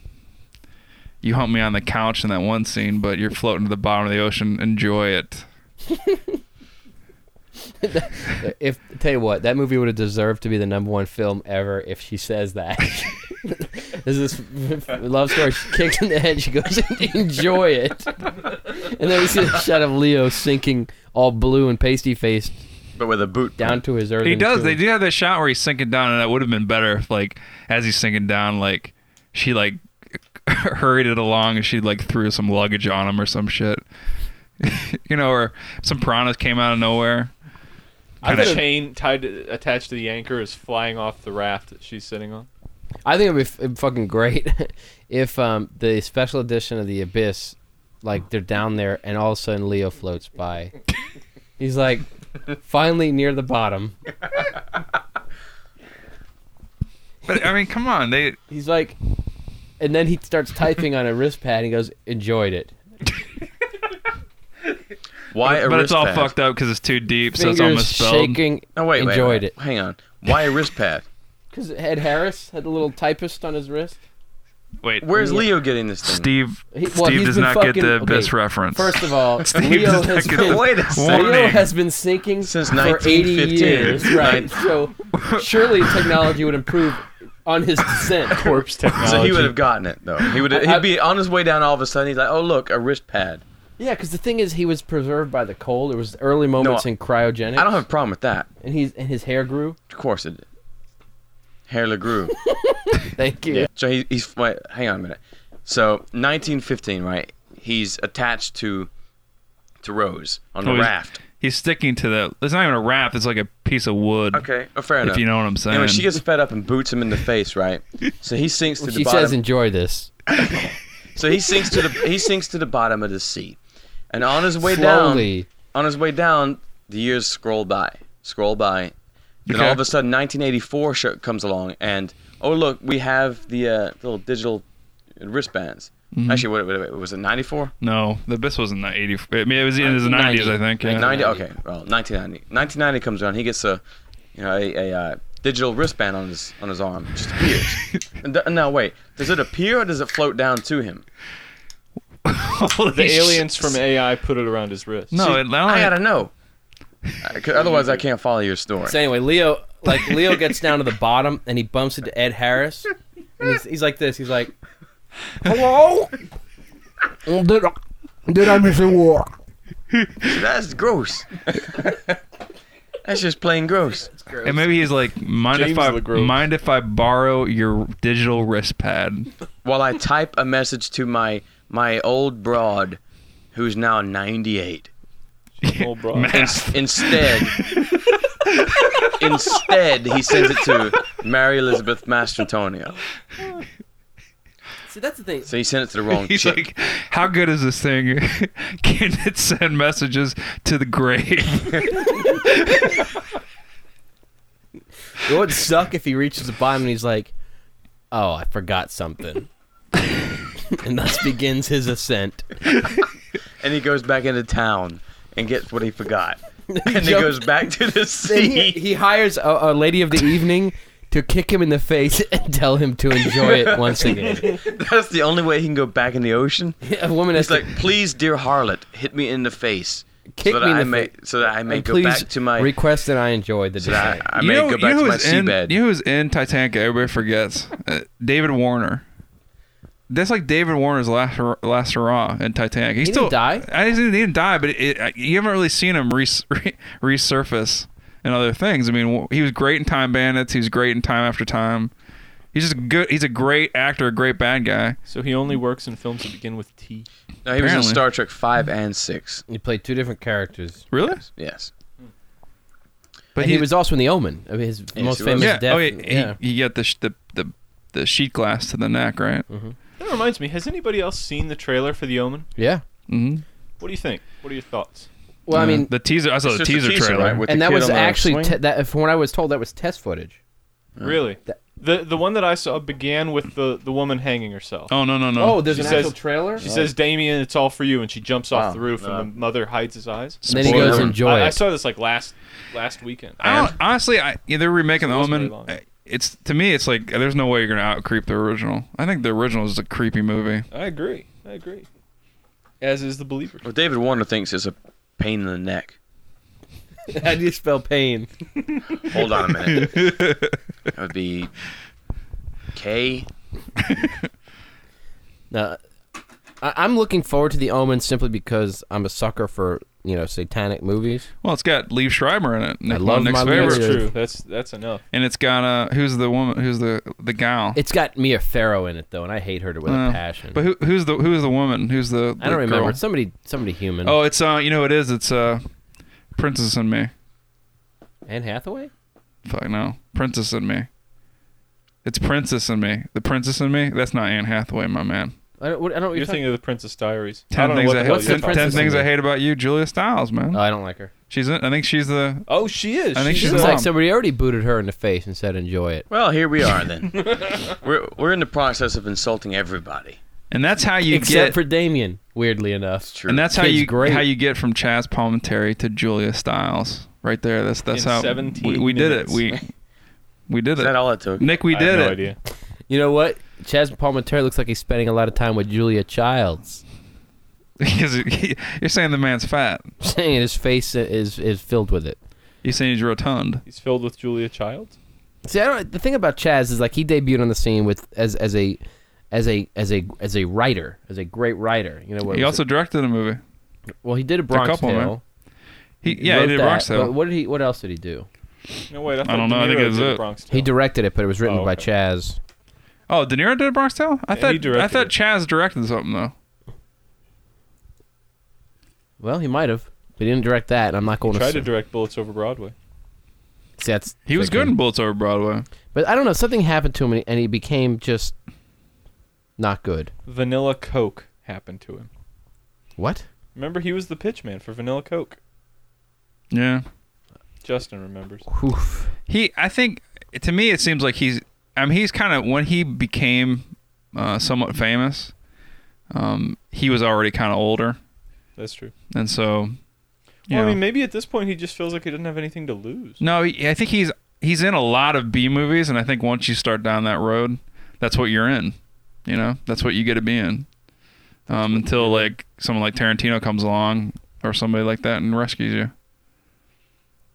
You humped me on the couch in that one scene, but you're floating to the bottom of the ocean. Enjoy it. Uh, If tell you what, that movie would have deserved to be the number one film ever if she says that. (laughs) There's this (laughs) love story. She kicks in the head. She goes, "Enjoy it," and then we see the shot of Leo sinking, all blue and pasty faced, but with a boot. down to his earth. He does. They do have that shot where he's sinking down, and that would have been better if, like, as he's sinking down, like, she like (laughs) hurried it along, and she like threw some luggage on him or some shit. (laughs) you know, or some piranhas came out of nowhere. I Kinda- have a chain tied to, attached to the anchor is flying off the raft that she's sitting on. I think it'd be, f- it'd be fucking great (laughs) if um, the special edition of the Abyss, like they're down there, and all of a sudden Leo floats by. He's like, finally near the bottom. But I mean, come on, they He's like, and then he starts typing on a wrist pad. and He goes, enjoyed it. Why a but wrist it's all pad? fucked up because it's too deep, so Fingers it's all misspelled. shaking. No, wait, wait, enjoyed wait. it. Hang on. Why a wrist pad? Because Ed Harris had the little typist on his wrist. Wait, Where's Leo getting this thing? Steve? He- well, Steve he's does been not fucking- get the abyss okay, reference. (laughs) First of (laughs) all, Steve Leo does not has get been. the- Wait a second. Leo Warning. has been sinking Since for 80 1915. years, right? (laughs) So surely technology would improve on his (laughs) descent. Corpse technology. So he would have gotten it though. He would. I- He'd be on his way down. All of a sudden, he's like, "Oh look, a wrist pad." Yeah, because the thing is, he was preserved by the cold. It was early moments in cryogenics. I don't have a problem with that. and he's and his hair grew. Of course it. Hair LeGroux. Thank you. So he, he's wait, hang on a minute. So 1915, right? He's attached to to Rose on Oh, a he's- raft. He's sticking to the. It's not even a wrap. It's like a piece of wood. Okay, oh, fair enough. If you know what I'm saying. Anyway, she gets fed up and boots him in the face, right? So he sinks to Well, the she bottom. says, "Enjoy this." so he sinks to the he sinks to the bottom of the sea, and on his way down, Slowly, on his way down, the years scroll by, scroll by. Then Okay. all of a sudden, 1984 sh- comes along, and oh look, we have the uh, little digital wristbands. Mm-hmm. Actually, what, what, what was it? 94? No, the abyss wasn't the 80. I mean, it was in his 90. 90s, I think. Yeah. 90. Okay, well, 1990. 1990 comes around. He gets a, you know, a, a uh, digital wristband on his on his arm. It Just appears. and th- now wait, does it appear or does it float down to him? (laughs) Holy the shit. aliens from AI put it around his wrist. No, See, it, I gotta know. I- 'cause Otherwise, I can't follow your story. So anyway, Leo like Leo gets down to the bottom and he bumps into Ed Harris, and he's, he's like this. He's like, "Hello, did, did I miss a war?" That's gross. That's just plain gross. and maybe he's like, mind if James I LeGros. mind if I borrow your digital wrist pad? Oh, While I type a message to my my old broad, who's now 98. Old broad. Math. Instead, instead, he sends it to Mary Elizabeth Mastrantonio. See, that's the thing. So he sent it to (laughs) the wrong (laughs) He's chick. like, how good is this thing? (laughs) Can it send messages to the grave? It would suck if he reaches the bottom and he's like, "Oh, I forgot something," and thus begins his ascent. and he goes back into town and gets what (laughs) he forgot. And he jump- goes back to the (laughs) Then he, sea. (laughs) he hires a, a lady of the evening to kick him in the face and tell him to enjoy it once (laughs) again. That's the only way he can go back in the ocean. A woman has He's like, to please, dear harlot, hit me in the face. Kick so that me in I the may, face. so that I may and go please back to my, request that I enjoy the so that desire. (laughs) I, I may go back to my who's in, seabed. you know who's in Titanic? Everybody forgets. Uh, David Warner. That's like David Warner's last hur- last hurrah in Titanic. He's He still didn't die? I he didn't, he didn't die, but it, it, you haven't really seen him res, (laughs) re, resurface in other things. I mean, w- he was great in Time Bandits. He was great in Time After Time. He's just good. He's a great actor, a great bad guy. So he only works in films that begin with T. no, he was in apparently. Star Trek 5 and 6. He played two different characters. Really? Yes. But And he, was also in The Omen. I mean, his Yes, most he was. famous yeah. death. oh, yeah. yeah. He, he got the, sh- the the the sheet glass to the neck, right? That reminds me, has anybody else seen the trailer for The Omen? Yeah. Mm-hmm. What do you think? What are your thoughts? Well, I mean, the teaser. I saw It's the just a teaser, teaser, trailer. right, with- the and that kid was on the actually swing? te- that. From what I was told, that was test footage. Uh, Really? That- The the one that I saw began with the, the woman hanging herself. Oh no no no! Oh, there's She an says- actual trailer. She says, Damien, it's all for you, and she jumps Wow. off the roof, and Wow. the mother hides his eyes. and then he Spoiler. goes, "Enjoy I, I it." saw this like last last weekend. I don't, honestly, I yeah, they're remaking It the wasn't Omen. very long. I- It's to me, it's like there's no way you're gonna out creep the original. I think the original is a creepy (laughs) movie. I agree. I agree. As is the believer. Well, David Warner thinks it's a pain in the neck. How do you spell (laughs) pain? Hold on a (laughs) minute. that would be K. Now, I- I'm looking forward to The Omen simply because I'm a sucker for you know satanic movies. Well, it's got Lee Schreiber in it. Nick, love Nick's my favorite. That's Yeah. true. That's that's enough. And it's got uh, who's the woman? Who's the the gal? It's got Mia Farrow in it though, and I hate her with Uh, a passion. But who, who's the who's the woman? Who's the? I don't the remember. girl? It's somebody, somebody human. Oh, it's uh, you know what it is. It's uh, Princess and Me. Anne Hathaway. Fuck no, Princess and Me. It's Princess and Me. The Princess and Me. That's not Anne Hathaway, my man. I don't. What, I don't. What You're you're thinking of the Princess Diaries. I Ten don't know things what I the hell hate. What's you're the Ten, talking ten Princess about. things and I Me? hate about you, Julia Stiles, man. Oh, I don't like her. she's. In, I think she's the. Oh, she is. I think She's she's in It's it. mom. like somebody already booted her in the face and said, "Enjoy it." Well, here we are (laughs) then. we're we're in the process of insulting everybody. And that's how you Except get. for Damien, weirdly enough. True. and that's how Kid's you great. how you get from Chaz Palminteri to Julia Stiles. Right there. That's that's In how 17 we, we did it. minutes. We we did Is that it. all it took? Nick, we I did have no it. idea. You know what? Chaz Palminteri looks like he's spending a lot of time with Julia Childs. (laughs) (laughs) Because he- you're saying the man's fat. Saying his face is is filled with it. You're saying he's rotund. He's filled with Julia Childs. See, I don't, the thing about Chaz is like he debuted on the scene with as as a as a as a as a writer, as a great writer. You know what? he was also directed a movie. it? well, he did a Bronx couple, man. Tale. He yeah, he wrote did that, Bronx But Tale. what did he? What else did he do? No wait, I, thought don't know, I De think Niro it was did The it. Bronx He Tale. directed it, but it was written Oh, by okay. Chaz. Oh, De Niro did a Bronx Tale? I he thought I directed thought it. Chaz directed something though. Well, he might have, but he didn't direct that, and I'm not going tried to to direct Bullets Over Broadway. See, that's He was good in Bullets Over Broadway. but I don't know. Something happened to him, and he- and he became just not good. Vanilla Coke happened to him. What? Remember, he was the pitchman for Vanilla Coke. Yeah. Justin remembers. Oof. He I think to me it seems like he's I mean he's kind of when he became uh, somewhat famous, um, he was already kind of older, That's true. and so. you Well, I know. mean, maybe at this point he just feels like he doesn't have anything to lose. No, he- I think he's he's in a lot of B movies, and I think once you start down that road, that's what you're in. You know, that's what you get to be in. Um, until like someone like Tarantino comes along or somebody like that and rescues you.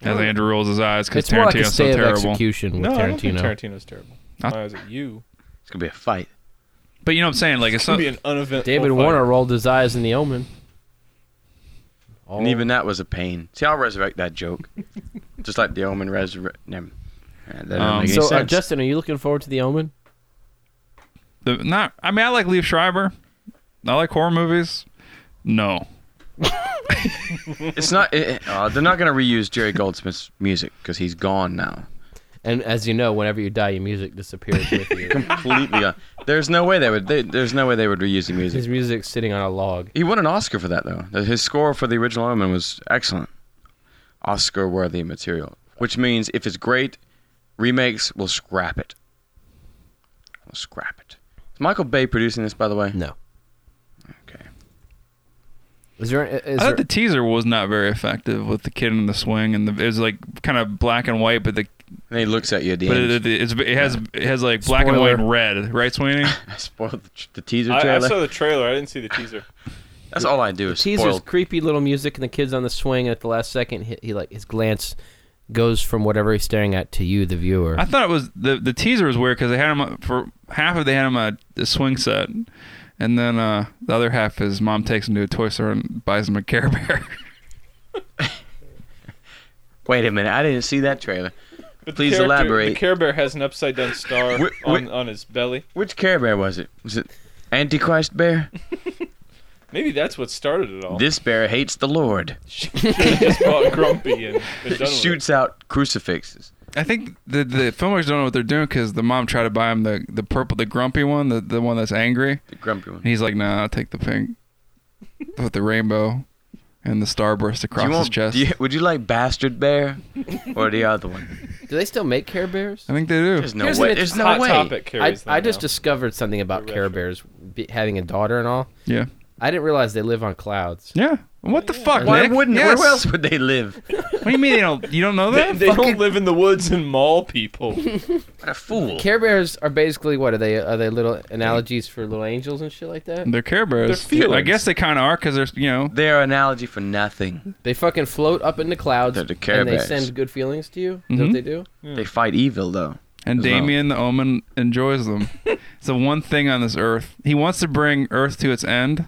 As Andrew rolls his eyes because It's more like a Tarantino's so stay of terrible. execution with No, I don't think Tarantino. Tarantino's terrible. I- Why is it you? It's gonna be a fight. But you know what I'm saying? Like it's Could not, be an uneventful. David fight. Warner rolled his eyes in The Omen. All And even that was a pain. See, I'll resurrect that (laughs) joke, just like the Omen resurrect. Never. That doesn't Um, make any so, uh, sense. Justin, are you looking forward to The Omen? the, not. I mean, I like Liev Schreiber. I like horror movies. No, it's not. It, uh, they're not gonna reuse Jerry Goldsmith's music because he's gone (laughs) now. And as you know, whenever you die, your music disappears with (laughs) you. Completely gone. There's no way they would. They, there's no way they would reuse the music. His music's sitting on a log. He won an Oscar for that though. The- His score for the original Omen was excellent, Oscar-worthy material. Which means if it's great, remakes will scrap it. We'll scrap it. Is Michael Bay producing this, by the way? No. Okay. Is there? Is I there thought the teaser was not very effective with the kid in the swing, and the, it was like kind of black and white, but the And he looks at you at the But end. it, it, it's, it has it has like black and white Spoiler. and red, right, Sweeney? (laughs) (laughs) I spoiled the, tr- the teaser I, I trailer. saw the trailer. I didn't see the teaser. That's all I do is teaser's spoil. creepy little music and the kids on the swing and at the last second he, he like his glance goes from whatever he's staring at to you the viewer I thought it was the the teaser was weird because they had him uh, for half of they had him a, a swing set, and then uh, the other half his mom takes him to a toy store and buys him a Care Bear. (laughs) Wait a minute, I didn't see that trailer. But the Please character- The elaborate. Care Bear has an upside down star Wait, on, wait. on his belly. Which Care Bear was it? Was it (laughs) Antichrist Bear? Maybe that's what started it all. This bear hates the Lord. (laughs) just bought Grumpy and been done with (laughs) it. Shoots out crucifixes. I think the the filmmakers don't know what they're doing because the mom tried to buy him the, the purple, the grumpy one, the, the one that's angry, The grumpy one. and he's like, "Nah, I'll take the pink with the rainbow and the starburst Do you across his want- chest." do you- would you like Bastard Bear or the other (laughs) one? do they still make care bears I think they do. There's no Here's an way. inter- There's no Hot way. Topic I, carries I them just now. discovered something about The care retro. bears be, having a daughter and all Yeah. I didn't realize they live on clouds. Yeah. What the fuck? Why Nick? wouldn't? Yes. Where else would they (laughs) live? What do you mean they don't? You don't know They, that? they don't live in the woods and maul people. What a fool! Care Bears are basically what are they? Are they little analogies for little angels and shit like Mm. that? They're Care Bears. They're I feelings. guess they kind of are because they're you know. Their analogy for nothing. They fucking float up in the clouds They're the Care and they Bears. send good feelings to you. Is that Mhm. Mm-hmm. what they do? They fight evil though. And As well. Damien the Omen enjoys them. it's the one thing on this earth. He wants to bring Earth to its end,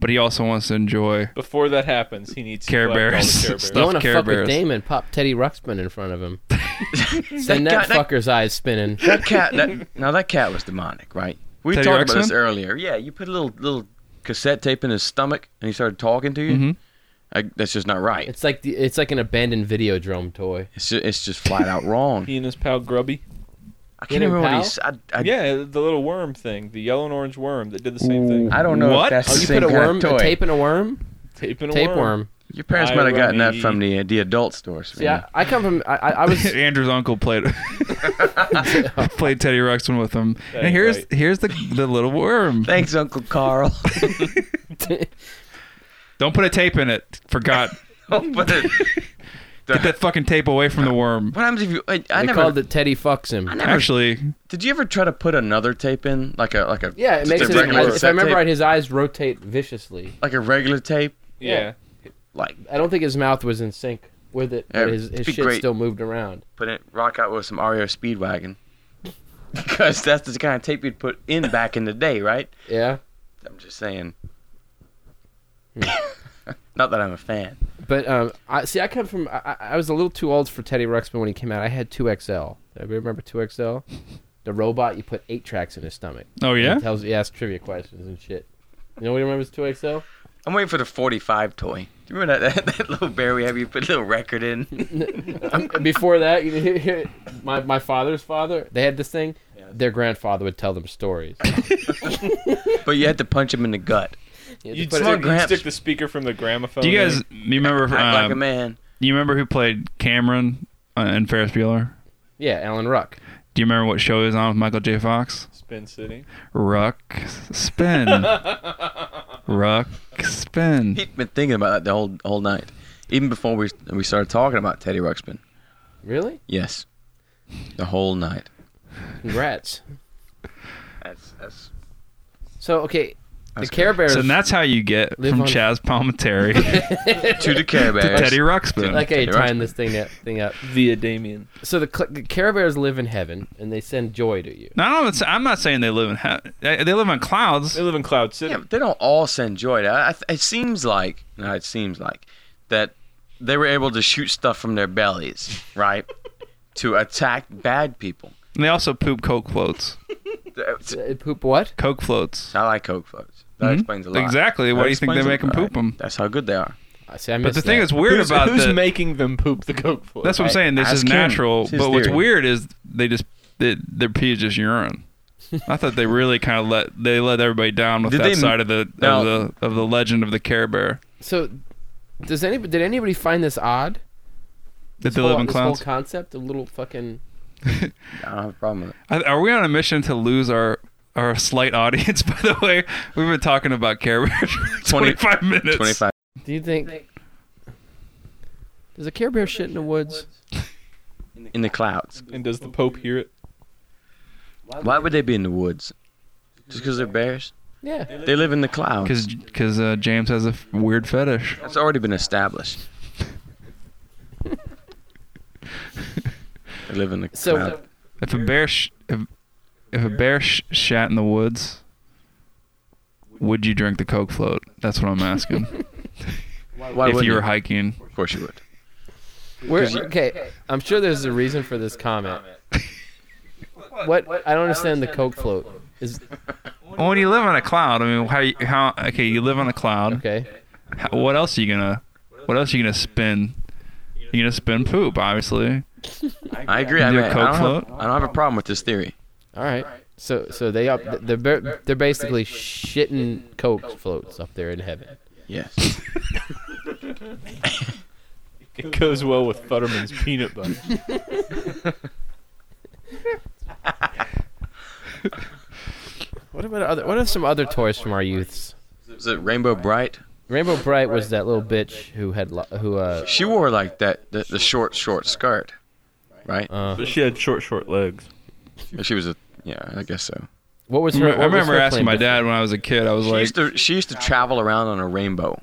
but he also wants to enjoy. (laughs) Before that happens, he needs Care to collect all the Bears. (laughs) Care Bears. Stuff. You want to Care fuck Bears. with Damon? Pop Teddy Ruxpin in front of him. Send That that, guy- that- fucker's eyes spinning. (laughs) That cat. That, now that cat was demonic, right? We Teddy talked about this Ruxpin? earlier. Yeah, you put a little little cassette tape in his stomach, and he started talking to you. (laughs) Mhm. I, that's just not right. It's like the, it's like an abandoned video drum toy. It's just, it's just flat out (laughs) wrong. He and his pal Grubby. I You can't know remember what Pal? he's. I, I, yeah, the little worm thing, the yellow and orange worm that did the same thing. I don't know What? if that's Oh, the you same put a kind worm, of toy. a tape in a worm, Taping a worm. tapeworm. Your parents might have gotten that Irony. from the uh, the adult stores. See, I, I come from. I, I, I (laughs) was. (laughs) (laughs) Andrew's uncle played played Teddy Ruxpin with him. That and ain't here's right. here's the the little worm. Thanks, Uncle Carl. Don't put a tape in it. (laughs) Forgot. Oh, but it- Get that fucking tape away from the worm. what happens if you? I, I they never. called it Teddy fucks him. I never. Actually, Did you ever try to put another tape in, like a like a? Yeah, it just makes a his, regular I, if I cassette remember tape? right, his eyes rotate viciously. like a regular tape, Yeah. like I don't think his mouth was in sync with it, but Yeah, his, his it'd be shit great. still moved around. put it rock out with some REO Speedwagon, (laughs) because that's the kind of tape you'd put in back in the day, right? Yeah, I'm just saying. (laughs) Not that I'm a fan. but um, I see. I come from. I, I I was a little too old for Teddy Ruxpin when he came out. I had two XL. Remember two XL? The robot you put eight tracks in his stomach. oh And yeah, It tells you ask trivia questions and shit. You know what remembers two XL? I'm waiting for the 45 toy. Do you remember that, (laughs) that, that little bear we have? You put a little record in. (laughs) Before that, you (laughs) hear- hear- my my father's father. They had this thing. Yeah. Their grandfather would tell them stories. but you had to punch him in the gut. You had to You'd, put it- on stick, you'd Gramps. stick the speaker from the gramophone. do you guys in. you remember? Act like a Um, man. you remember who played Cameron uh, and Ferris Bueller? yeah, Alan Ruck. Do you remember what show he was on with Michael J. Fox? Spin City. Ruck (laughs) spin. Ruck spin. He'd been thinking about that the whole whole night, even before we we started talking about Teddy Ruxpin. Really? Yes, the whole night. Congrats. That's that's. So okay, That's the Care Bears. (laughs) So that's how you get Live from on- Chaz Palminteri to To the Care Bears. Teddy Ruxpin. like I Teddy Ruxpin. tying this thing up, thing up. Via Damien. So the, cl- the Care Bears live in heaven and they send joy to you. no, I'm not, I'm not saying they live in heaven. They they live on clouds. They live in Cloud City. Yeah, but they don't all send joy. I, I, it seems like, no, it seems like that they were able to shoot stuff from their bellies, right, (laughs) to attack bad people. And they also poop Coke floats. That's- Uh, Poop what? Coke floats. I like Coke floats. That Mhm. explains a lot. Exactly. That Why do you think they explains a- make 'em poop Alright. 'em? That's how good they are. I see. I But missed the thing that. is weird who's, about who's the- making them poop the coke float? That's what I'm saying. This ask is him. natural. It's his But what's theory. weird is they just they, their pee is just urine. I thought they really kind of let they let everybody down with Did that they- side of the No. of the of the legend of the Care Bear so. Does anybody did anybody find this odd? that This they whole, live in this clouds. whole concept, a little fucking. I don't have a problem with it. I- Are we on a mission to lose our our slight audience? (laughs) By the way, we've been talking about Care Bears for 20 twenty five minutes. 25. Do you think? Does a Care Bear shit in the woods? In the clouds. And does the Pope hear it? Why would they be in the woods? Just because they're bears? Yeah. They live in the clouds. Because because uh, James has a f- weird fetish. (laughs) That's already been established. (laughs) they live in the So uh, cloud. If a bear sh- if, if a bear sh- shat in the woods, would you drink the Coke float? That's what I'm asking. Why if wouldn't you were you? hiking, Of course you would. where, okay, I'm sure there's a reason for this comment. What I don't understand the Coke float is well, when you live on a cloud, I mean, how you- how okay, you live on a cloud. okay. How, what else are you gonna what else are you gonna spin? You're gonna spin poop, obviously. I agree. I, Do mean, a I, Coke don't have, float? I don't have a problem with this theory. All right. So so they up they're ba- they're basically shitting coke floats up there in heaven. (laughs) Yes. (laughs) (laughs) It goes well with Futterman's peanut butter. (laughs) What about other? What are some other toys from our youths? Is it Rainbow Bright? Rainbow Bright was that little bitch who had lo- who uh, She wore like that the, the short short skirt, right? uh But she had short, short legs. she was a yeah, I guess so. what was I her? remember, I what was remember her asking claim my to- dad when I was a kid. I was She like, used to she used to travel around on a rainbow.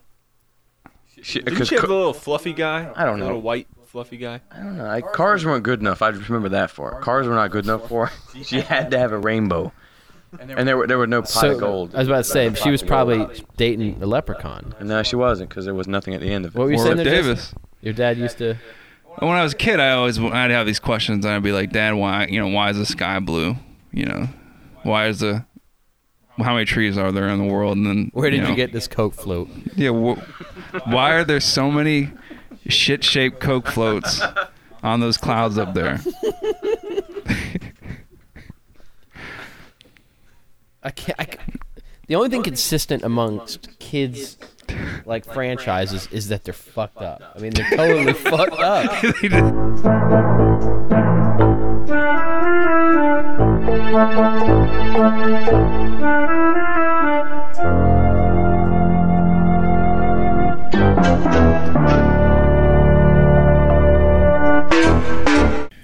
She, Didn't because she have the little fluffy guy? I don't The Little know. white fluffy guy. I don't know, like, cars weren't good enough. I just remember that for her. Cars were not good enough (laughs) for her. She had to have a rainbow, and there were there were no pot So of gold. I was about to say she was probably dating a leprechaun. And no, she wasn't because there was nothing at the end of it. What were you "Or saying? Rip there, Jason? Davis. Your dad used to. And when I was a kid, I always I'd have these questions, and I'd be like, "Dad, why you know why is the sky blue? You know, why is the how many trees are there in the world? And then Where did know, you get this coke float? Yeah, wh- why are there so many shit-shaped Coke floats on those clouds (laughs) up there? I can't. I c- the only thing consistent amongst kids like franchises is that they're fucked up. I mean, they're (laughs) totally fucked up.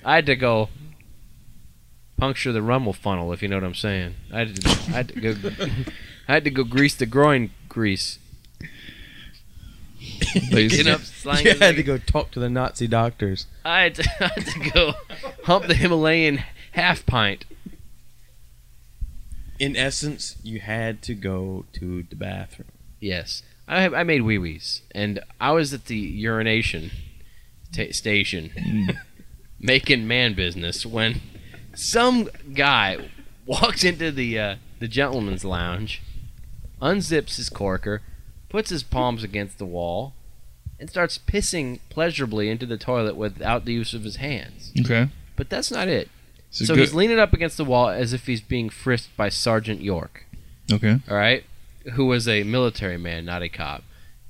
I had to go puncture the rumble funnel, if you know what I'm saying. I had to, I had to go, (laughs) I had to go grease the groin grease. Get (laughs) up, slang. (laughs) You had to go talk to the Nazi doctors. I had, to, (laughs) I had to go hump the Himalayan half pint. In essence, you had to go to the bathroom. Yes, I have, I made wee wees, and I was at the urination ta station making man business when some guy walks into the uh, the gentleman's lounge, unzips his corker, puts his palms against the wall, and starts pissing pleasurably into the toilet without the use of his hands. Okay. But that's not it. So, so good- he's leaning up against the wall as if he's being frisked by Sergeant York. okay. All right, who was a military man, not a cop,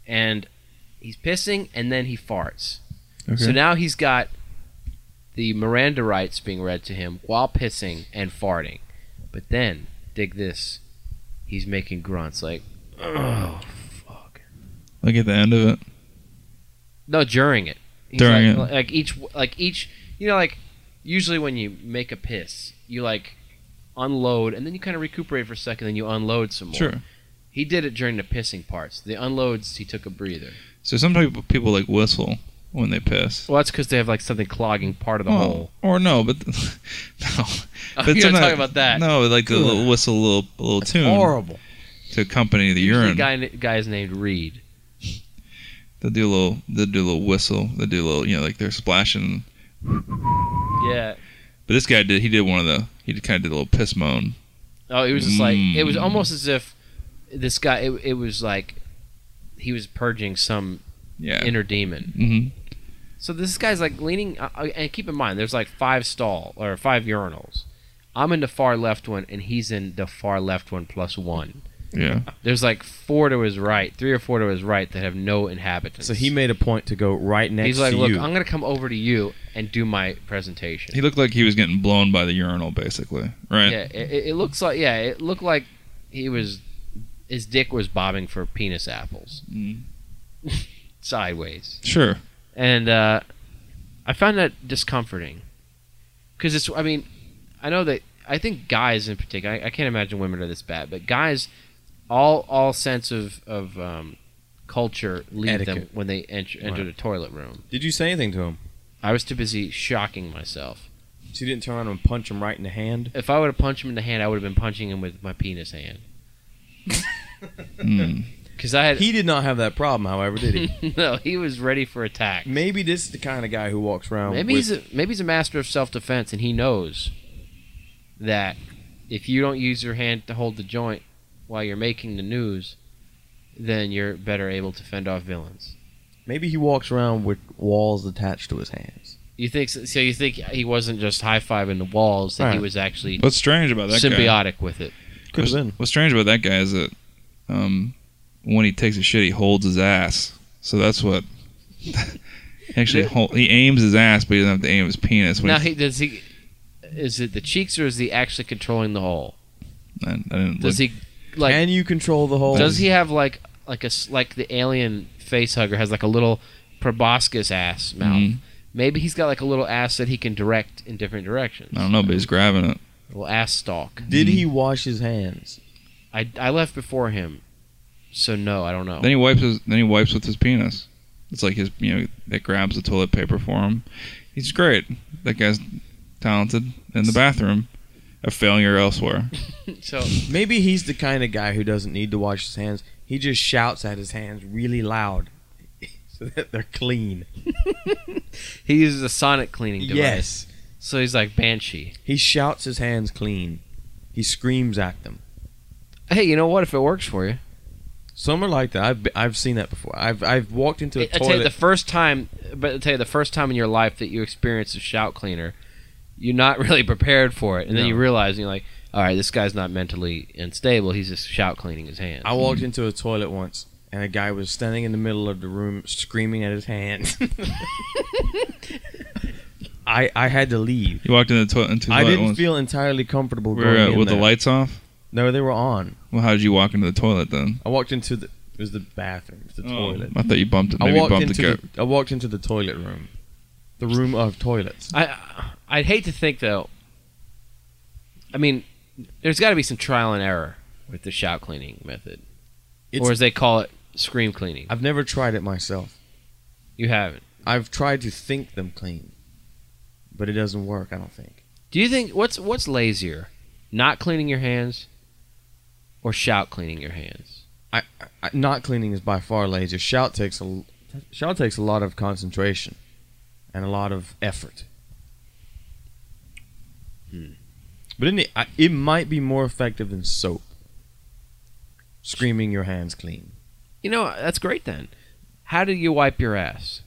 and he's pissing and then he farts. Okay. So now he's got the Miranda rights being read to him while pissing and farting. But then, dig this, he's making grunts like, oh fuck. like at the end of it. No, during it. He's During like, it. Like each, like each, you know, like usually when you make a piss, you like unload and then you kind of recuperate for a second, then you unload some more. Sure. He did it during the pissing parts. The unloads, he took a breather. So sometimes people like whistle when they piss. Well, that's because they have like something clogging part Oh. of the hole. (laughs) or no, but no. Oh, you don't sometimes- Oh, talk about that. No, like the little whistle, little little tune Horrible. to accompany the Usually urine. The guy, guy's named Reed. They do a little, they do a little whistle. They do a little, you know, like they're splashing. Yeah. But this guy did, he did one of the, he kind of did a little piss moan. Oh, it was just like it was Mm. almost as if this guy. It, it was like he was purging some Yeah. inner demon. mm-hmm. So this guy's like leaning, uh, uh, and keep in mind, there's like five stall or five urinals. I'm in the far left one, and he's in the far left one plus one. Yeah. There's like four to his right, three or four to his right that have no inhabitants. So he made a point to go right next He's like, to look, you. I'm gonna come over to you and do my presentation. He looked like he was getting blown by the urinal, basically. Right. yeah, it, it- it looks like yeah, it looked like he was his dick was bobbing for penis apples Mm. sideways. Sure. and uh, I found that discomforting because it's. I mean, I know that I think guys in particular. I, I can't imagine women are this bad, but guys, all all sense of of um, culture leave them Etiquette. when they enter, enter Right. the toilet room. Did you say anything to him? I was too busy shocking myself. She didn't turn around and punch him right in the hand. If I would have punched him in the hand, I would have been punching him with my penis hand. (laughs) Mm. Because I had He did not have that problem, however, did (laughs) he? no, he was ready for attack. Maybe this is the kind of guy who walks around. Maybe with, he's a, maybe he's a master of self defense, and he knows that if you don't use your hand to hold the joint while you're making the news, then you're better able to fend off villains. maybe he walks around with walls attached to his hands. You think so? so You think he wasn't just high fiving the walls; that he Right. was actually What's strange about that guy? symbiotic with it. Could what's, have been. what's strange about that guy is that um, when he takes a shit, he holds his ass. So that's what. (laughs) actually, hold, he aims his ass, but he doesn't have to aim his penis. When Now, he, he, does he? Is it the cheeks, or is he actually controlling the hole? I, I didn't Does look- he like and you control the whole. Does he have like like a s- like the alien face hugger has like a little proboscis ass mouth? Mhm. Maybe he's got like a little ass that he can direct in different directions. I don't know, but he's grabbing it. Little ass stalk. Did he wash his hands? I I left before him, so no, I don't know. Then he wipes. His, then he wipes with his penis. It's like his, you know, that grabs the toilet paper for him. He's great. That guy's talented in the bathroom. A failure elsewhere. (laughs) so Maybe he's the kind of guy who doesn't need to wash his hands. He just shouts at his hands really loud (laughs) so that they're clean. he uses a sonic cleaning device. Yes. So he's like banshee. He shouts his hands clean. He screams at them. Hey, you know what? If it works for you, Some are like that. I've, I've seen that before. I've, I've walked into a I, I tell you the toilet. first time, but I tell you the first time in your life that you experience a shout cleaner, you're not (laughs) really prepared for it, and then No. you realize and you're like, all right, this guy's not mentally unstable. He's just shout cleaning his hands. I walked into a toilet once, and a guy was standing in the middle of the room screaming at his hands. (laughs) I, I had to leave. You walked in the to- into the I toilet didn't once. feel entirely comfortable Where, going uh, in with the there. lights off. No, they were on. Well, how did you walk into the toilet then? I walked into the it was the bathroom, it was the toilet. I thought you bumped it. I Maybe walked bumped into the, the, goat. I walked into the toilet room, the room of toilets. (laughs) I I'd hate to think though. I mean, there's got to be some trial and error with the shout cleaning method, It's- or as they call it, scream cleaning. I've never tried it myself. You haven't. I've tried to think them clean, but it doesn't work. I don't think. Do you think what's what's lazier, not cleaning your hands, or shout cleaning your hands? I, I not cleaning is by far lazy. Shout takes a l- shout takes a lot of concentration, and a lot of effort. Hmm. But in the, I, it might be more effective than soap. Screaming your hands clean. You know that's great then. How do you wipe your ass?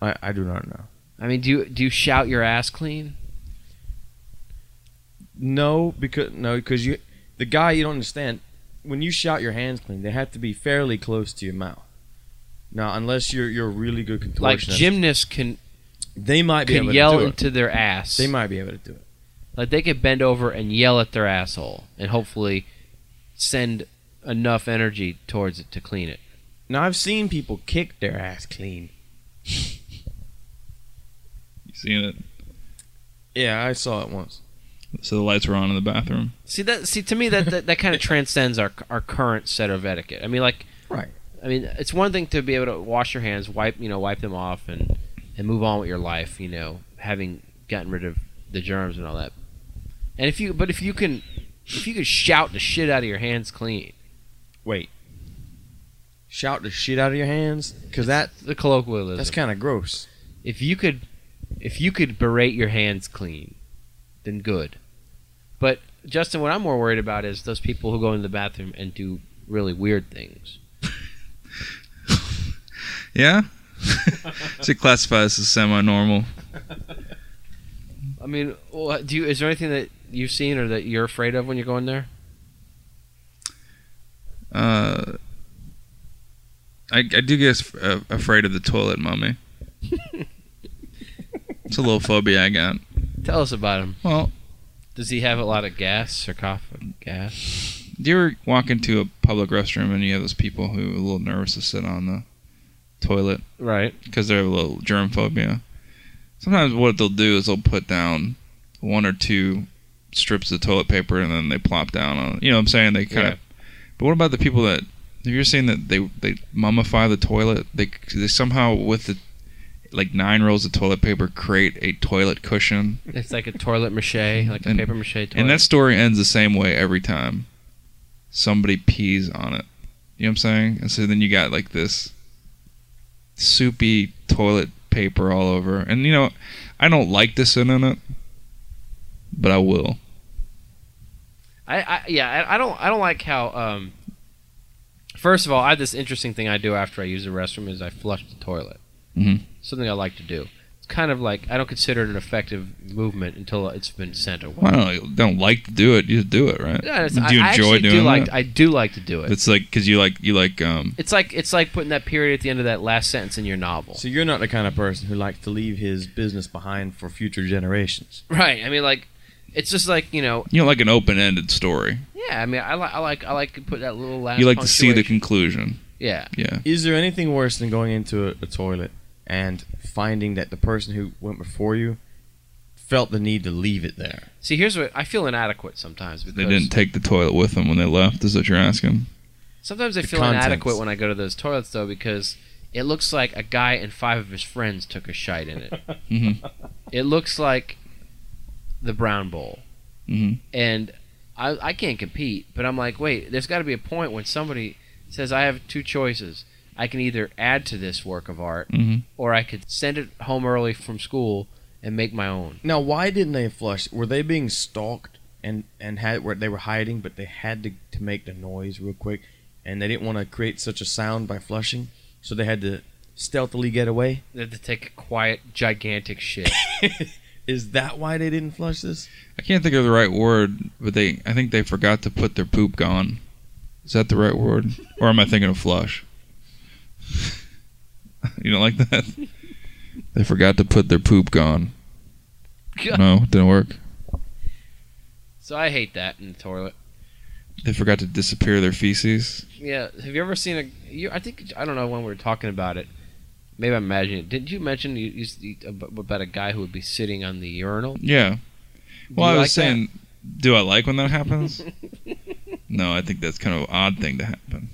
I, I do not know. I mean, do you do you shout your ass clean? No, because no, because you, the guy you don't understand. When you shout your hands clean, they have to be fairly close to your mouth. Now, unless you're you're a really good contortionist, Like gymnasts can they might be can able yell to do it. into their ass. They might be able to do it. Like they could bend over and yell at their asshole and hopefully send enough energy towards it to clean it. Now, I've seen people kick their ass clean. You seen it? Yeah, I saw it once. So the lights were on in the bathroom. See that? See to me that that, that kind of transcends our our current set of etiquette. I mean, like Right. I mean, it's one thing to be able to wash your hands, wipe you know, wipe them off, and and move on with your life. You know, having gotten rid of the germs and all that. And if you, but if you can, if you could shout the shit out of your hands clean, Wait. Shout the shit out of your hands, cause that the colloquialism. that's kind of gross. if you could, if you could berate your hands clean, then good. But Justin, what I'm more worried about is those people who go into the bathroom and do really weird things. (laughs) Yeah. she classifies as semi-normal. I mean, what- do you? Is there anything that you've seen or that you're afraid of when you go in there? Uh, I, I do get af- uh, afraid of the toilet mummy. it's a little phobia I got. Tell us about him. Well, Does he have a lot of gas or cough gas? do you ever walk into a public restroom and you have those people who are a little nervous to sit on the toilet Right. because they have a little germ phobia? Sometimes what they'll do is they'll put down one or two strips of toilet paper and then they plop down on it. You know what I'm saying? They kind Yeah. of. But what about the people that. Have you ever seen that they they mummify the toilet? They, they somehow, with the like nine rolls of toilet paper, create a toilet cushion. It's like a toilet mache, like a And- paper mache toilet. And that story ends the same way every time. Somebody pees on it. You know what I'm saying? And so then you got like this soupy toilet paper all over. And you know, I don't like to sit in it, but I will. I, I yeah, I, I don't I don't like how um First of all, I have this interesting thing I do after I use the restroom is I flush the toilet. Mhm. Something I like to do. It's kind of like I don't consider it an effective movement until it's been sent away. Well, I don't, don't like to do it. You just do it, right? Yeah, it's- do I- you I enjoy actually doing do it? like I do like to do it. it's like because you like you like um. It's like it's like putting that period at the end of that last sentence in your novel. So you're not the kind of person who likes to leave his business behind for future generations. (laughs) Right. I mean, like, It's just like you know, You don't like an open-ended story. yeah. I mean, I, li- I like I like to put that little last. you like to see the punctuation. conclusion. yeah. Yeah. Is there anything worse than going into a, a toilet and finding that the person who went before you felt the need to leave it there? See, here's what I feel inadequate sometimes because They didn't take the toilet with them when they left. Is what you're asking? sometimes I the feel contents. inadequate when I go to those toilets though because it looks like a guy and five of his friends took a shite in (laughs) it. Mm-hmm. it looks like the brown bowl. mm-hmm. and I, I can't compete. But I'm like, wait, there's got to be a point when somebody says I have two choices. I can either add to this work of art, Mhm. or I could send it home early from school and make my own. Now, why didn't they flush? Were they being stalked and and had where they were hiding, but they had to to make the noise real quick, and they didn't want to create such a sound by flushing, so they had to stealthily get away. (laughs) They have to take a quiet, gigantic shit. (laughs) Is that why they didn't flush this? I can't think of the right word, but they I think they forgot to put their poop gone. Is that the right word, or am I thinking of flush? (laughs) you don't like that? They forgot to put their poop gone. No, didn't work. so I hate that in the toilet. They forgot to disappear their feces. Yeah, have you ever seen a? You, I think I don't know when we were talking about it. Maybe I'm imagining it. Did you mention you, you, you about a guy who would be sitting on the urinal? Yeah. Well, you I was like that? saying, do I like when that happens? no, I think that's kind of an odd thing to happen.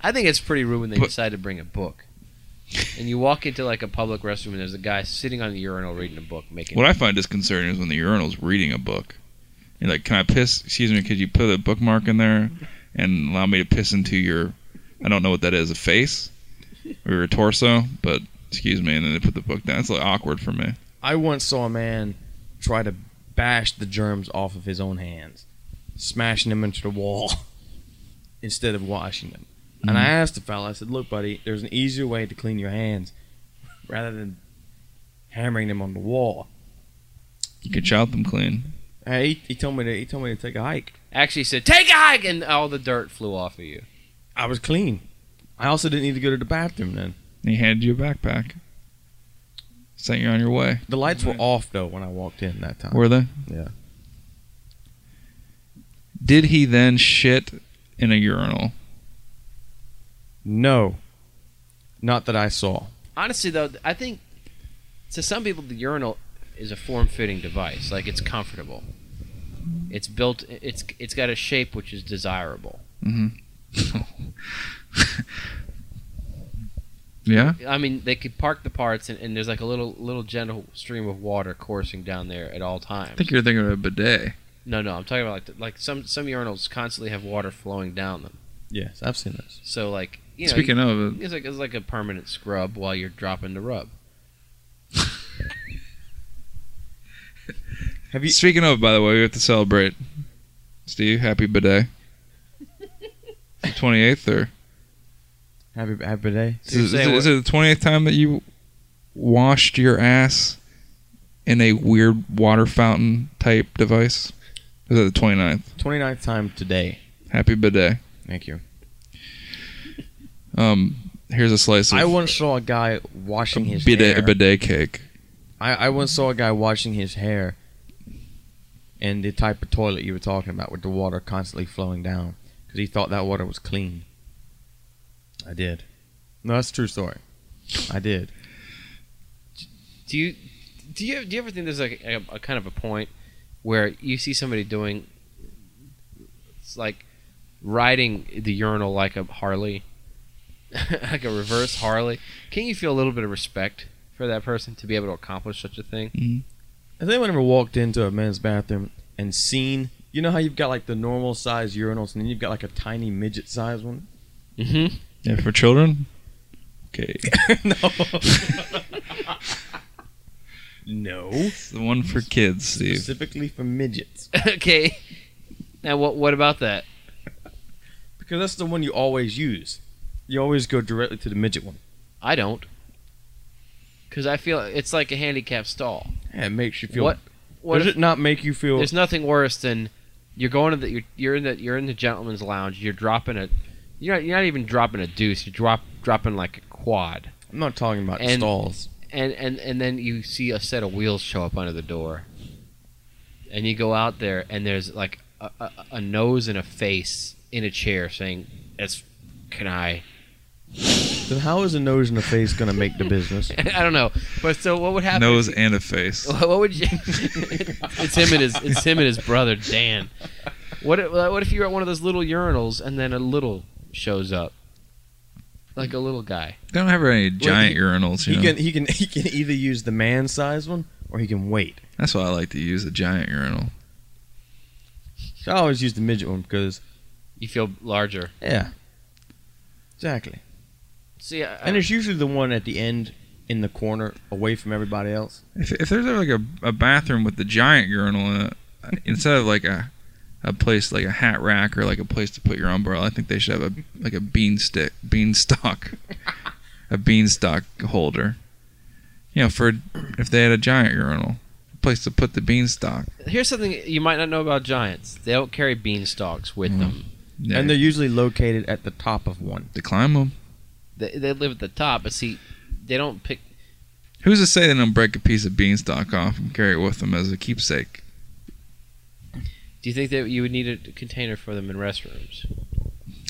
I think it's pretty rude when they But- decide to bring a book. And you walk into like a public restroom and there's a guy sitting on the urinal reading a book, making What I find disconcerting is when the urinal's reading a book. You're like, can I piss? Excuse me, could you put a bookmark in there and allow me to piss into your, I don't know what that is, a face or your torso, but excuse me. And then they put the book down. It's a little awkward for me. I once saw a man try to bash the germs off of his own hands, smashing them into the wall (laughs) instead of washing them. And Mm-hmm. I asked the fella, I said, "Look, buddy, there's an easier way to clean your hands rather than hammering them on the wall." You could shout them clean. Hey, he, he told me to he told me to take a hike. actually said, Take a hike and all the dirt flew off of you. I was clean. I also didn't need to go to the bathroom then. And he handed you a backpack. Sent you on your way. The lights Mm-hmm. were off though when I walked in that time. Were they? Yeah. Did he then shit in a urinal? No. Not that I saw. Honestly though, I think to some people the urinal is a form fitting device. Like it's comfortable. It's built it's it's got a shape which is desirable. Mm-hmm. (laughs) yeah. I mean, they could park the parts and, and there's like a little little gentle stream of water coursing down there at all times. I think you're thinking of a bidet. no, no, I'm talking about like the, like some some urinals constantly have water flowing down them. Yes, I've seen those. So like you know, Speaking of uh, (laughs) it, it's like it's like a permanent scrub while you're dropping the rub. Have you Speaking of, by the way, we have to celebrate. Steve, happy bidet. (laughs) It's the 28th, or happy happy birthday? is, it- is it- is it the 28th time that you washed your ass in a weird water fountain type device? Is it the 29th? 29th time today. Happy bidet. Thank you. Um, here's a slice of I once saw a guy washing his bidet, hair. bidet cake. I, I once saw a guy washing his hair in the type of toilet you were talking about with the water constantly flowing down because he thought that water was clean. I did. No, that's a true story. I did. Do you do you do you ever think there's like a, a kind of a point where you see somebody doing it's like riding the urinal like a Harley, (laughs) like a reverse Harley? Can you feel a little bit of respect for that person to be able to accomplish such a thing? Mm-hmm. Has anyone ever walked into a men's bathroom and seen, you know how you've got like the normal size urinals and then you've got like a tiny midget size one? Mm-hmm. Yeah, for children. (laughs) Okay, no. no. it's the one for kids, Steve. Specifically for midgets. (laughs) okay. Now what what about that? Because that's the one you always use. You always go directly to the midget one. I don't. Because I feel it's like a handicap stall. Yeah, it makes you feel. What- What does if- it not make you feel? There's nothing worse than you're going to the you're, you're in the you're in the gentleman's lounge. You're dropping a you're not, you're not even dropping a deuce. You're drop dropping like a quad, I'm not talking about And- stalls. and and and then you see a set of wheels show up under the door. and you go out there and there's like a, a, a nose and a face in a chair saying, "That's can I?" (laughs) Then how is a nose and a face gonna make (laughs) the business? I don't know. But so what would happen? Nose if- and a (laughs) (laughs) face. What would you? it's him and his. It's him and his brother Dan. What if, what if you're at one of those little urinals and then a little shows up, like a little guy? They don't have any giant he- urinals. You He know? can he can he can either use the man size one or he can wait. That's why I like to use a giant urinal. I always use the midget one because You feel larger. yeah, exactly. See, I, And it's usually the one at the end in the corner, away from everybody else. If, if there's like a, a bathroom with the giant urinal in it, instead of like a a place like a hat rack or like a place to put your umbrella, I think they should have a like a bean stick, (laughs) beanstalk, a beanstalk holder. You know, for if they had a giant urinal, a place to put the beanstalk. here's something you might not know about giants. They don't carry beanstalks with Mm-hmm. them. Yeah, And they're usually located at the top of one. to climb them. They, they live at the top, but see, they don't pick. Who's to say they don't break a piece of beanstalk off and carry it with them as a keepsake? Do you think that you would need a container for them in restrooms?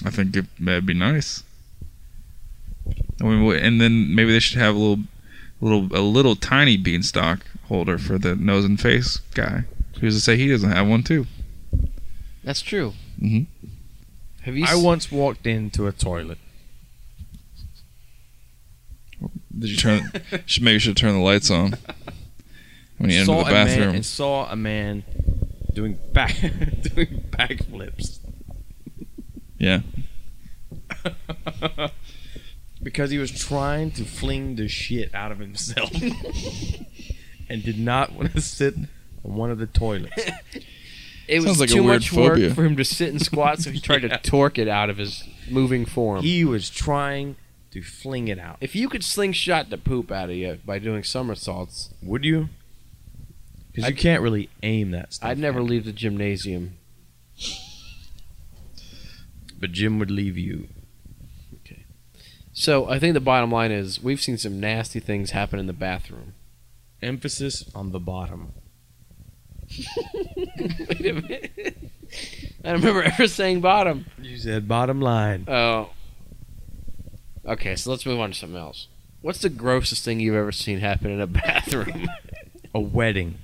I think it, that'd be nice. I mean, wh- and then maybe they should have a little, little, a little tiny beanstalk holder for the nose and face guy. Who's to say he doesn't have one too? That's true. Mhm. Have you? I s- once walked into a toilet. Did you (laughs) turn? should maybe should turn the lights on when you enter saw the a bathroom. man and saw a man doing back (laughs) doing backflips (laughs) yeah, because he was trying to fling the shit out of himself (laughs) and did not want to sit on one of the toilets. It was Sounds like a too weird much phobia. work for him to sit in squats if he tried (laughs) Yeah. to torque it out of his moving form. He was trying to fling it out. if you could slingshot the poop out of you by doing somersaults, Would you? Because you I'd- can't really aim that stuff. I'd never out. leave the gymnasium. But Jim would leave you. So I think the bottom line is we've seen some nasty things happen in the (laughs) bathroom. Emphasis on the bottom. Wait a minute. I don't remember ever saying bottom. You said bottom line. Oh. Okay, so let's move on to something else. What's the grossest thing you've ever seen happen in a (laughs) bathroom? A wedding.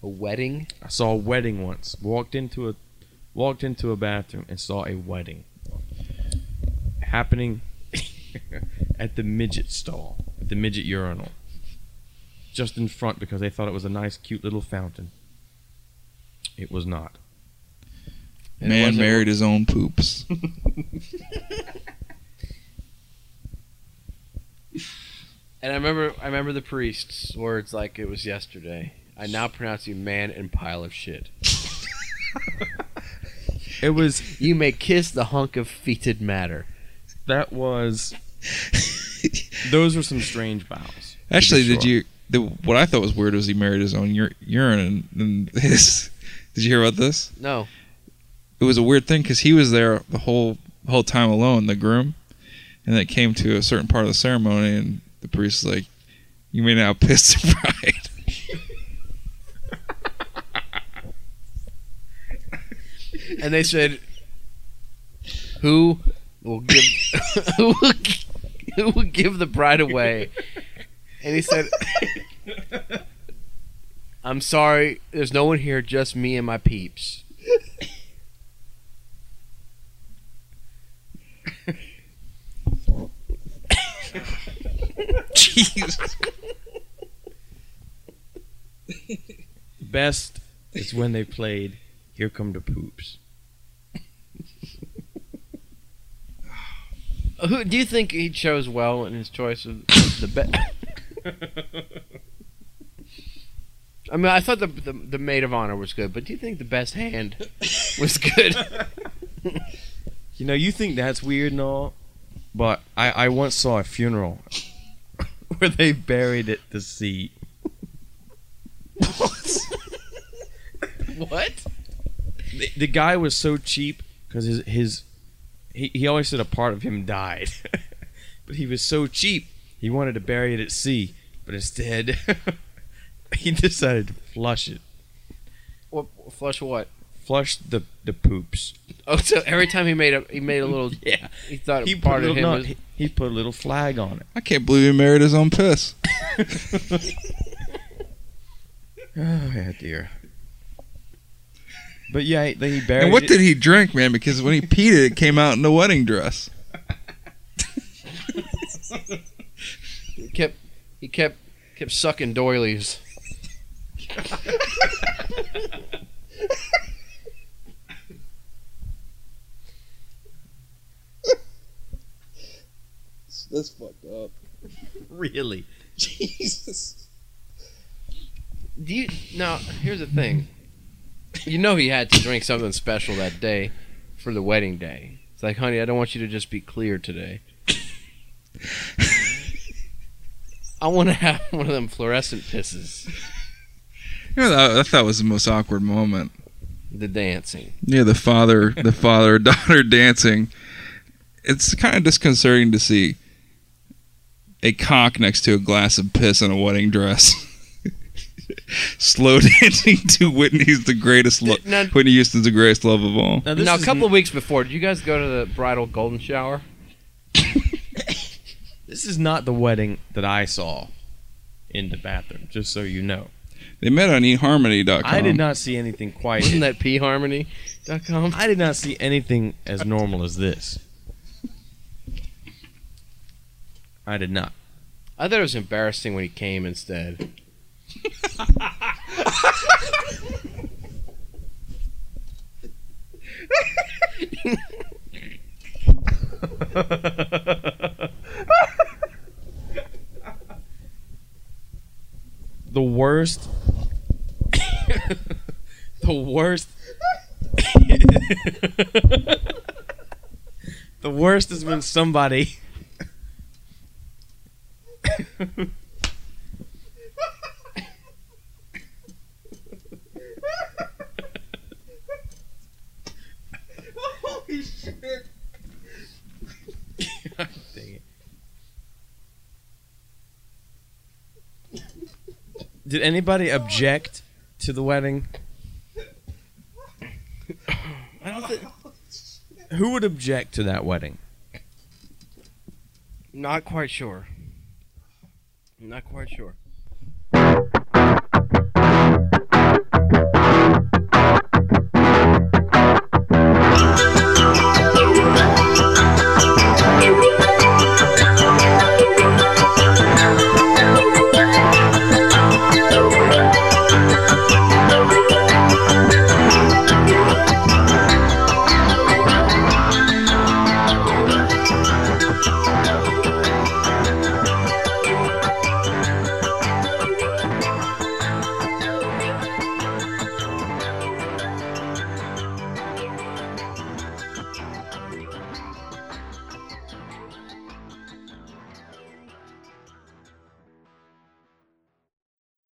a wedding? I saw a wedding once. Walked into a walked into a bathroom and saw a wedding happening (laughs) at the midget stall, at the midget urinal. Just in front because they thought it was a nice cute little fountain. It was not. It man wasn't- married his own poops. (laughs) (laughs) And I remember, I remember the priest's words like it was yesterday. I now pronounce you man and pile of shit. It was You may kiss the hunk of fetid matter. that was those were some strange vows. Actually, Pretty did sure. you? The, what I thought was weird was he married his own ur- urine and, and (laughs) his. Did you hear about this? No, it was a weird thing because he was there the whole whole time alone, the groom, and then it came to a certain part of the ceremony, and the priest was like, "You may now piss the (laughs) bride." and they said, "Who will give (laughs) who, will, gi- who will give the bride away?" And he said, "I'm sorry, there's no one here, just me and my peeps." Best is when they played Here Come the Poops. (laughs) Who do you think he chose well in his choice of the be- (coughs) I mean, I thought the, the the maid of honor was good, but do you think the best hand was good? (laughs) You know, you think that's weird and all, but I, I once saw a funeral (laughs) where they buried it to see. what? The, the guy was so cheap because his, his he, he always said a part of him died, (laughs) but he was so cheap he wanted to bury it at sea, but instead (laughs) he decided to flush it. What, flush what? Flush the, the poops. Oh, so every time he made a he made a little. Yeah. He thought He put, part a of little, him no, was. he, he put a little flag on it. I can't believe he married his own piss. Oh yeah, dear. But yeah, he- he buried And what it. (laughs) did he drink, man? Because when he peed it, it came out in the wedding dress. He kept he kept kept sucking doilies. That's fucked up. (laughs) really? Jesus. Do you now? Here's the thing. You know he had to drink something special that day for the wedding day. It's like, honey, I don't want you to just be clear (laughs) today. I want to have one of them fluorescent pisses. You know, that, I thought was the most awkward moment. The dancing. Yeah, the father, the father (laughs) daughter dancing. It's kind of disconcerting to see a cock next to a glass of piss in a wedding dress. (laughs) Slow (laughs) dancing to Whitney's the greatest love. Now- Whitney Houston's the greatest love of all. Now, this Now, a is- couple of weeks before, did you guys go to the bridal golden shower? This is not the wedding that I saw in the bathroom. Just so you know, They met on E eHarmony.com. I did not see anything quite. Wasn't that pharmony.com? I did not see anything as normal as this. I did not. I thought it was embarrassing when he came (laughs) instead. The worst. (laughs) the worst. the worst is when somebody. Dang it. Did anybody object to the wedding? I don't think. Who would object to that wedding? Not quite sure. Not quite sure.